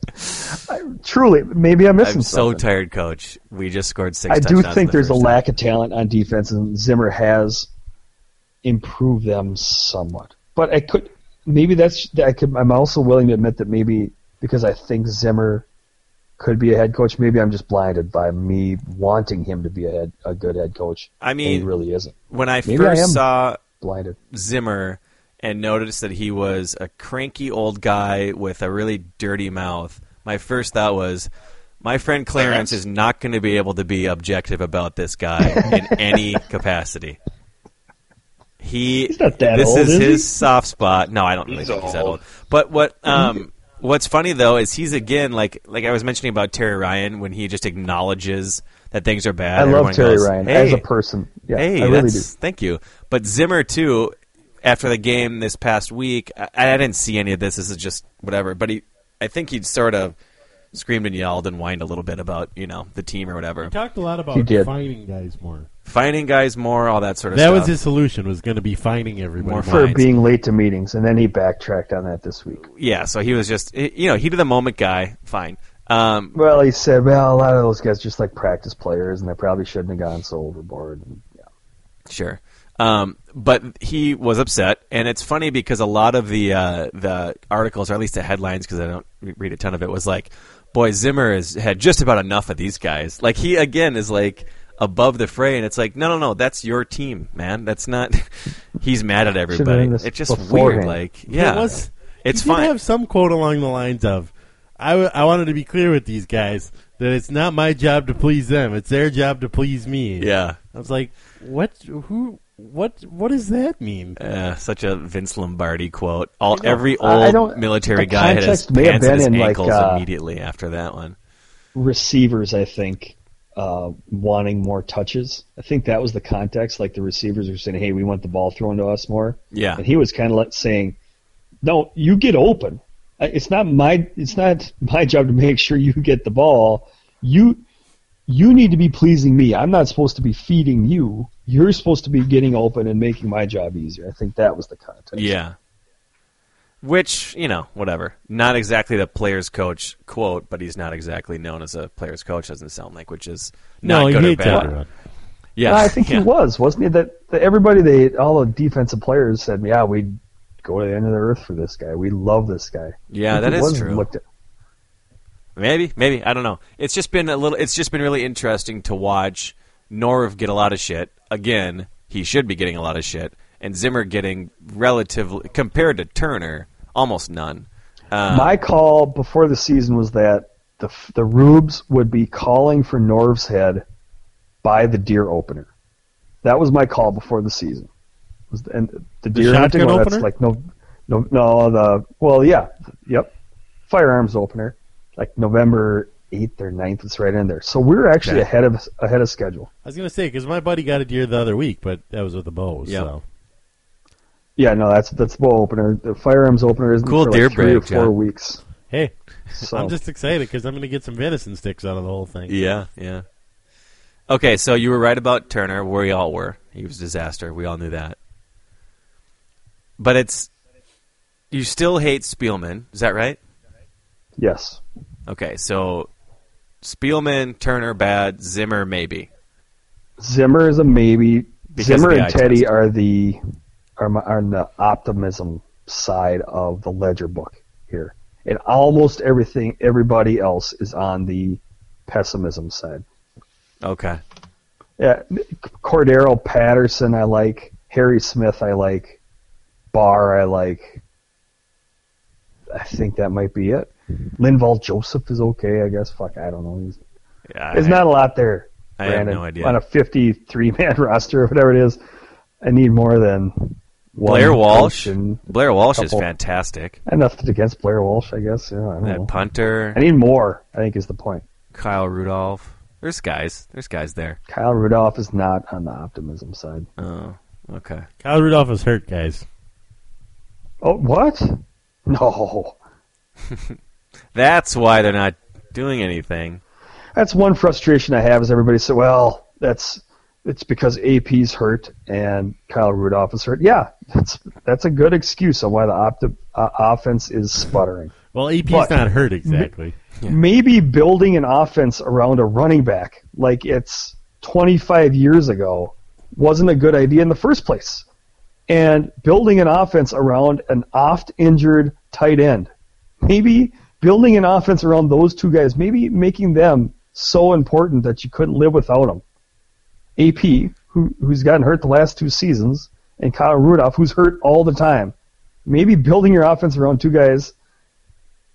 I, truly, maybe I'm missing
I'm so
something.
tired, Coach. We just scored six.
I do
touchdowns in
think
the
there's a
first
lack of talent on defense, and Zimmer has improved them somewhat. But I could maybe that's I could I'm also willing to admit that maybe because I think Zimmer could be a head coach, maybe I'm just blinded by me wanting him to be a head, a good head coach.
I
and
mean-
he really isn't
half. When I
Maybe I
first
am.
saw
blinded.
Zimmer and noticed that he was a cranky old guy with a really dirty mouth, my first thought was, my friend Clarence is not going to be able to be objective about this guy in any capacity. He,
He's not that
this
old,
is,
is
his
he?
soft spot. No, I don't really
He's
think he's that
old.
old. But what um, what's funny though is he's again like like I was mentioning about Terry Ryan when he just acknowledges that things are bad.
I love
Everyone
Terry
goes,
Ryan as a
"Hey,
person. Yeah,
hey,
I really do.
that's, thank you. But Zimmer too, after the game this past week, I, I didn't see any of this. This is just whatever. But he, I think he sort of screamed and yelled and whined a little bit about you know the team or whatever,
He talked a lot
He
about
did.
fining guys more.
finding guys more, all that sort of
That
stuff.
was his solution was going to be fining everybody. more.
More
For
Fines.
being late to meetings, and then he backtracked on that this week.
yeah. So he was just i- you know heat of the moment guy. Fine. Um,
Well, he said, well, a lot of those guys are just like practice players, and they probably shouldn't have gone so overboard. And, yeah.
Sure. Um, but he was upset, and it's funny because a lot of the uh, the articles, or at least the headlines, because I don't re- read a ton of it, was like, "Boy, Zimmer has had just about enough of these guys." Like he again is like above the fray, and it's like, no, no, no, that's your team, man. That's not. he's mad at everybody.
done this
It's just weird.
beforehand.
Like, yeah,
It was,
it's
he did
fine.
have some quote along the lines of, I, w- "I wanted to be clear with these guys that it's not my job to please them; it's their job to please me."
yeah.
I was like, "What? Who? What? What does that mean?"
Uh, such a Vince Lombardi quote. All every
I- I
old
don't-
military
the
guy had his
context may have
pants at
been
his
in, like,
ankles
uh,
immediately after that one.
Receivers, I think, uh, wanting more touches. I think that was the context. Like the receivers were saying, hey, we want the ball thrown to us more.
Yeah.
And he was kind of like saying, no, you get open. I- It's not my it's not my job to make sure you get the ball. You you need to be pleasing me. I'm not supposed to be feeding you. You're supposed to be getting open and making my job easier. I think that was the context.
Yeah. Which, you know, whatever. Not exactly the player's coach quote, but he's not exactly known as a player's coach, doesn't sound like, which is not
no, he
good or
hates
bad.
everyone.
Yeah.
No, I think
yeah.
he was, wasn't he? That, that everybody, they all the defensive players said, "Yeah, we'd go to the end of the earth for this guy. We love this guy."
Yeah,
I think
that
he
is
was
true.
looked at-
Maybe, maybe. I don't know. It's just been a little it's just been really interesting to watch Norv get a lot of shit. Again, he should be getting a lot of shit. and Zimmer getting relatively compared to Turner almost none. Um,
My call before the season was that the f- the Rubes would be calling for Norv's head by the deer opener. That was my call before the season. Was the, and the deer hunting
shotgun
one, that's
opener?
like no, no, no. The well, yeah, yep, firearms opener, like November eighth or 9th, It's right in there. So we're actually
Okay.
ahead of ahead of schedule.
I was gonna say because my buddy got a deer the other week, but that was with a bow.
Yeah.
So
Yeah, no, that's that's bow opener. The firearms opener isn't
Cool
for
deer
like three
break,
or four
John.
weeks.
hey,
So
I'm just excited because I'm gonna get some venison sticks out of the whole thing.
yeah, yeah. Okay, so you were right about Turner. We all were. He was a disaster. We all knew that. But it's you still hate Spielman. Is that right?
yes,
Okay, so Spielman, Turner, bad. Zimmer, maybe.
Zimmer is a maybe.
Because of
Zimmer
the
and
eye
Teddy
test.
are the are, my, are on the optimism side of the ledger book here, and almost everything everybody else is on the pessimism side.
Okay.
Yeah, Cordero Patterson I like, Harry Smith I like, Barr I like. I think that might be it.
Mm-hmm.
Linval Joseph is okay, I guess. Fuck, I don't know. He's
Yeah,
there's
I-
not a lot there.
I have
Brandon.
no idea.
On a 53 man roster or whatever it is, I need more than one
Blair Walsh.
coach and
Blair Walsh is
couple-
fantastic.
and nothing against Blair Walsh, I guess. Yeah, I don't know.
That punter,
I need more. I think is the point.
Kyle Rudolph. There's guys. There's guys there.
Kyle Rudolph is not on the optimism side.
Oh, okay.
Kyle Rudolph is hurt, guys.
Oh, what? No,
That's why they're not doing anything.
that's one frustration I have. Is everybody said, well, that's it's because AP's hurt and Kyle Rudolph is hurt. Yeah, that's that's a good excuse on why the opti- uh, offense is sputtering.
Well, AP's
But-
not hurt exactly.
maybe building an offense around a running back like it's 25 years ago wasn't a good idea in the first place. And building an offense around an oft injured tight end, maybe building an offense around those two guys, maybe making them so important that you couldn't live without them. AP, who, who's gotten hurt the last two seasons, and Kyle Rudolph, who's hurt all the time. Maybe building your offense around two guys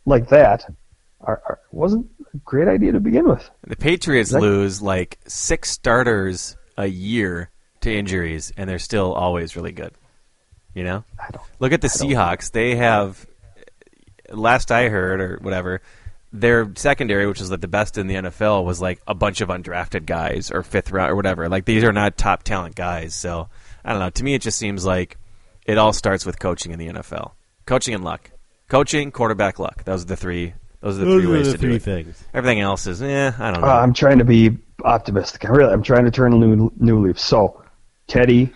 like that are, are, wasn't a great idea to begin with.
The Patriots
Like-
lose like six starters a year to injuries, and they're still always really good. You know,
I don't.
look at the Seahawks. They have, last I heard or whatever, their secondary, which is like the best in the NFL, was like a bunch of undrafted guys or fifth round or whatever. Like these are not top talent guys. So I don't know. To me, it just seems like it all starts with coaching in the NFL, coaching and luck, coaching, quarterback, luck. Those are the three. Those are the
Those
three
are
ways
the
to do
three
it.
things.
Everything else is, eh, I don't know.
Uh, I'm trying to be optimistic. I really, I'm trying to turn a new new leaf. So, Teddy,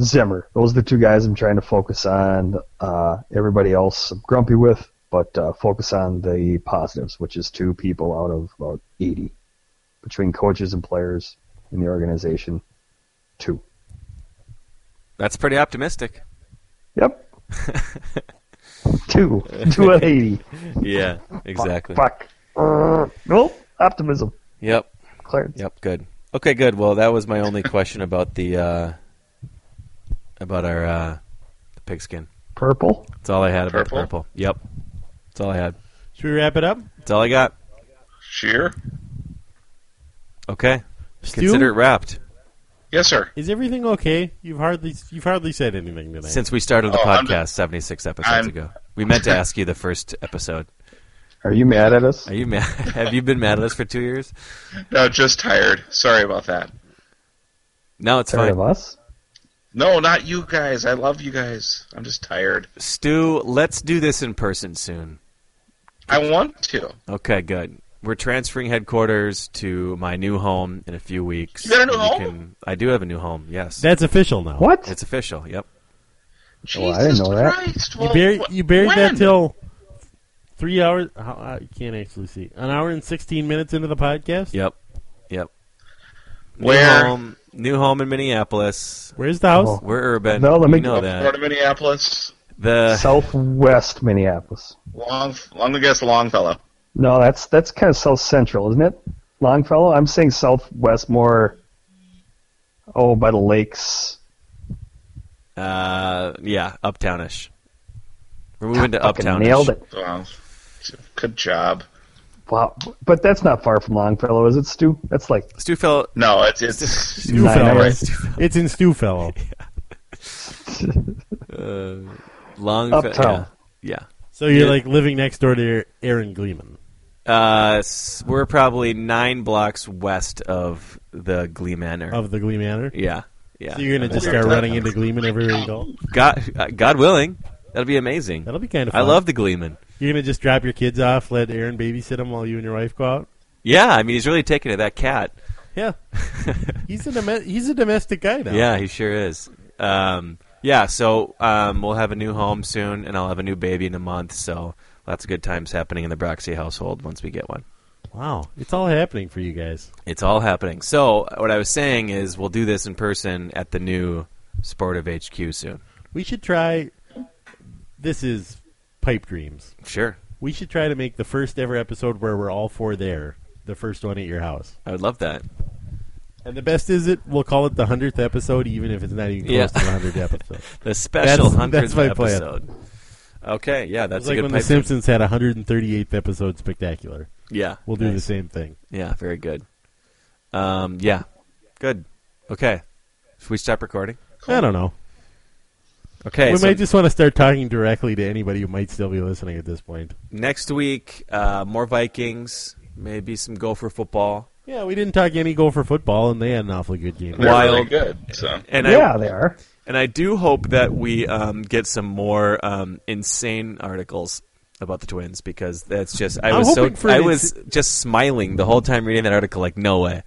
Zimmer, those are the two guys I'm trying to focus on. Uh, everybody else I'm grumpy with, but uh, focus on the positives, which is two people out of about 80 between coaches and players in the organization. Two.
That's pretty optimistic.
Yep. two. Two out of 80.
Yeah, exactly.
Fuck. Uh, nope. Optimism.
Yep.
Clarence.
Yep, good. Okay, good. Well, that was my only question about the uh, about our uh, the pigskin.
Purple.
That's all I had about
Purple?
the purple. Yep, that's all I had.
Should we wrap it up?
That's all I got.
Sheer?
Okay,
Stu,
consider it wrapped
Yes, sir.
is everything okay? You've hardly you've hardly said anything tonight.
since we started the
Oh, I'm
podcast
just-
seventy six episodes
I'm-
ago. We meant to ask you the first episode.
Are you mad at us?
Are you mad? Have you been mad at us for two years?
No, just tired. Sorry about that.
No, it's
Tired
fine.
of us?
No, not you guys. I love you guys. I'm just tired.
Stu, let's do this in person soon.
I want to.
Okay, good. We're transferring headquarters to my new home in a few weeks.
You got a new
And
home?
can- I do have a new home. Yes,
That's official now.
What?
it's official. Yep.
Jesus
Well, I didn't know that.
Christ.
You,
Well,
buried
wh-
you buried that
when?
till three hours. how- I can't actually see. An hour and sixteen minutes into the podcast.
Yep. Yep.
Where?
New home, new home in Minneapolis.
Where's the house?
Oh.
We're urban.
No, let me-
You know
Up north
that.
of Minneapolis.
The
Southwest Minneapolis.
Long, I'm gonna guess Longfellow.
No, that's that's kind of south central, isn't it? Longfellow. I'm saying southwest more. Oh, by the lakes.
Uh, yeah, uptownish. We're moving to
Fucking
uptownish.
nailed it.
Wow. Good job.
Wow, but that's not far from Longfellow, is it, Stu? That's like
Stu fell.
No, it's it's
Nine
Stewfellow.
hours.
It's in Stewfellow.
Uh, long.
Uptown.
Yeah.
So you're
Yeah.
like living next door to Aaron Gleeman.
yeah. Uh, s- we're probably nine blocks west of the Glee Manor.
of the Glee Manor.
yeah. Yeah.
So you're gonna just start running into Gleeman everywhere you go.
God, uh, God willing, that'll be amazing.
That'll be kind of.
I
Fun.
love the Gleeman.
You're gonna just drop your kids off, let Aaron babysit them while you and your wife go out.
Yeah, I mean he's really taken to that cat.
Yeah, he's a dome- he's a domestic guy now.
Yeah, he sure is. Um, yeah, so um, we'll have a new home soon, and I'll have a new baby in a month. So lots of good times happening in the Broxy household once we get one.
Wow, it's all happening for you guys.
It's all happening. So what I was saying is we'll do this in person at the new Sportive HQ soon.
We should try. This is pipe dreams.
Sure,
We should try to make the first ever episode where we're all four there. The first one at your house.
I would love that.
And the best is it. We'll call it the hundredth episode, even if it's not even close
Yeah.
to the hundredth episode.
The special
That's-
hundredth
that's my plan.
episode. Okay, yeah, that's
It's
a
like
good
when The
pipe dream.
Simpsons had a hundred and thirty eighth episode spectacular.
Yeah,
We'll do
nice.
the same thing.
Yeah, very good. Um, yeah, good. Okay, should we stop recording?
I don't know.
Okay,
we
so
might just want to start talking directly to anybody who might still be listening at this point.
next week uh, more Vikings, maybe some Gopher football.
Yeah, we didn't talk any goal for football, and they had an awfully good game.
They're really
wild.
good. So
And
yeah,
I
they are.
and I do hope that we um, get some more um, insane articles about the twins because that's just I
I'm
was so
hoping for
I
an
was just smiling the whole time reading that article like no way,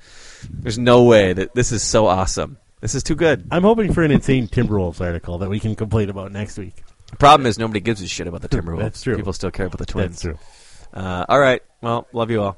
there's no way that this is so awesome. This is too good.
I'm hoping for an insane Timberwolves article that we can complain about next week.
The problem is nobody gives a shit about the Timberwolves.
That's true.
People still care about the
That's
twins.
true.
Uh, all right. Well, love you all.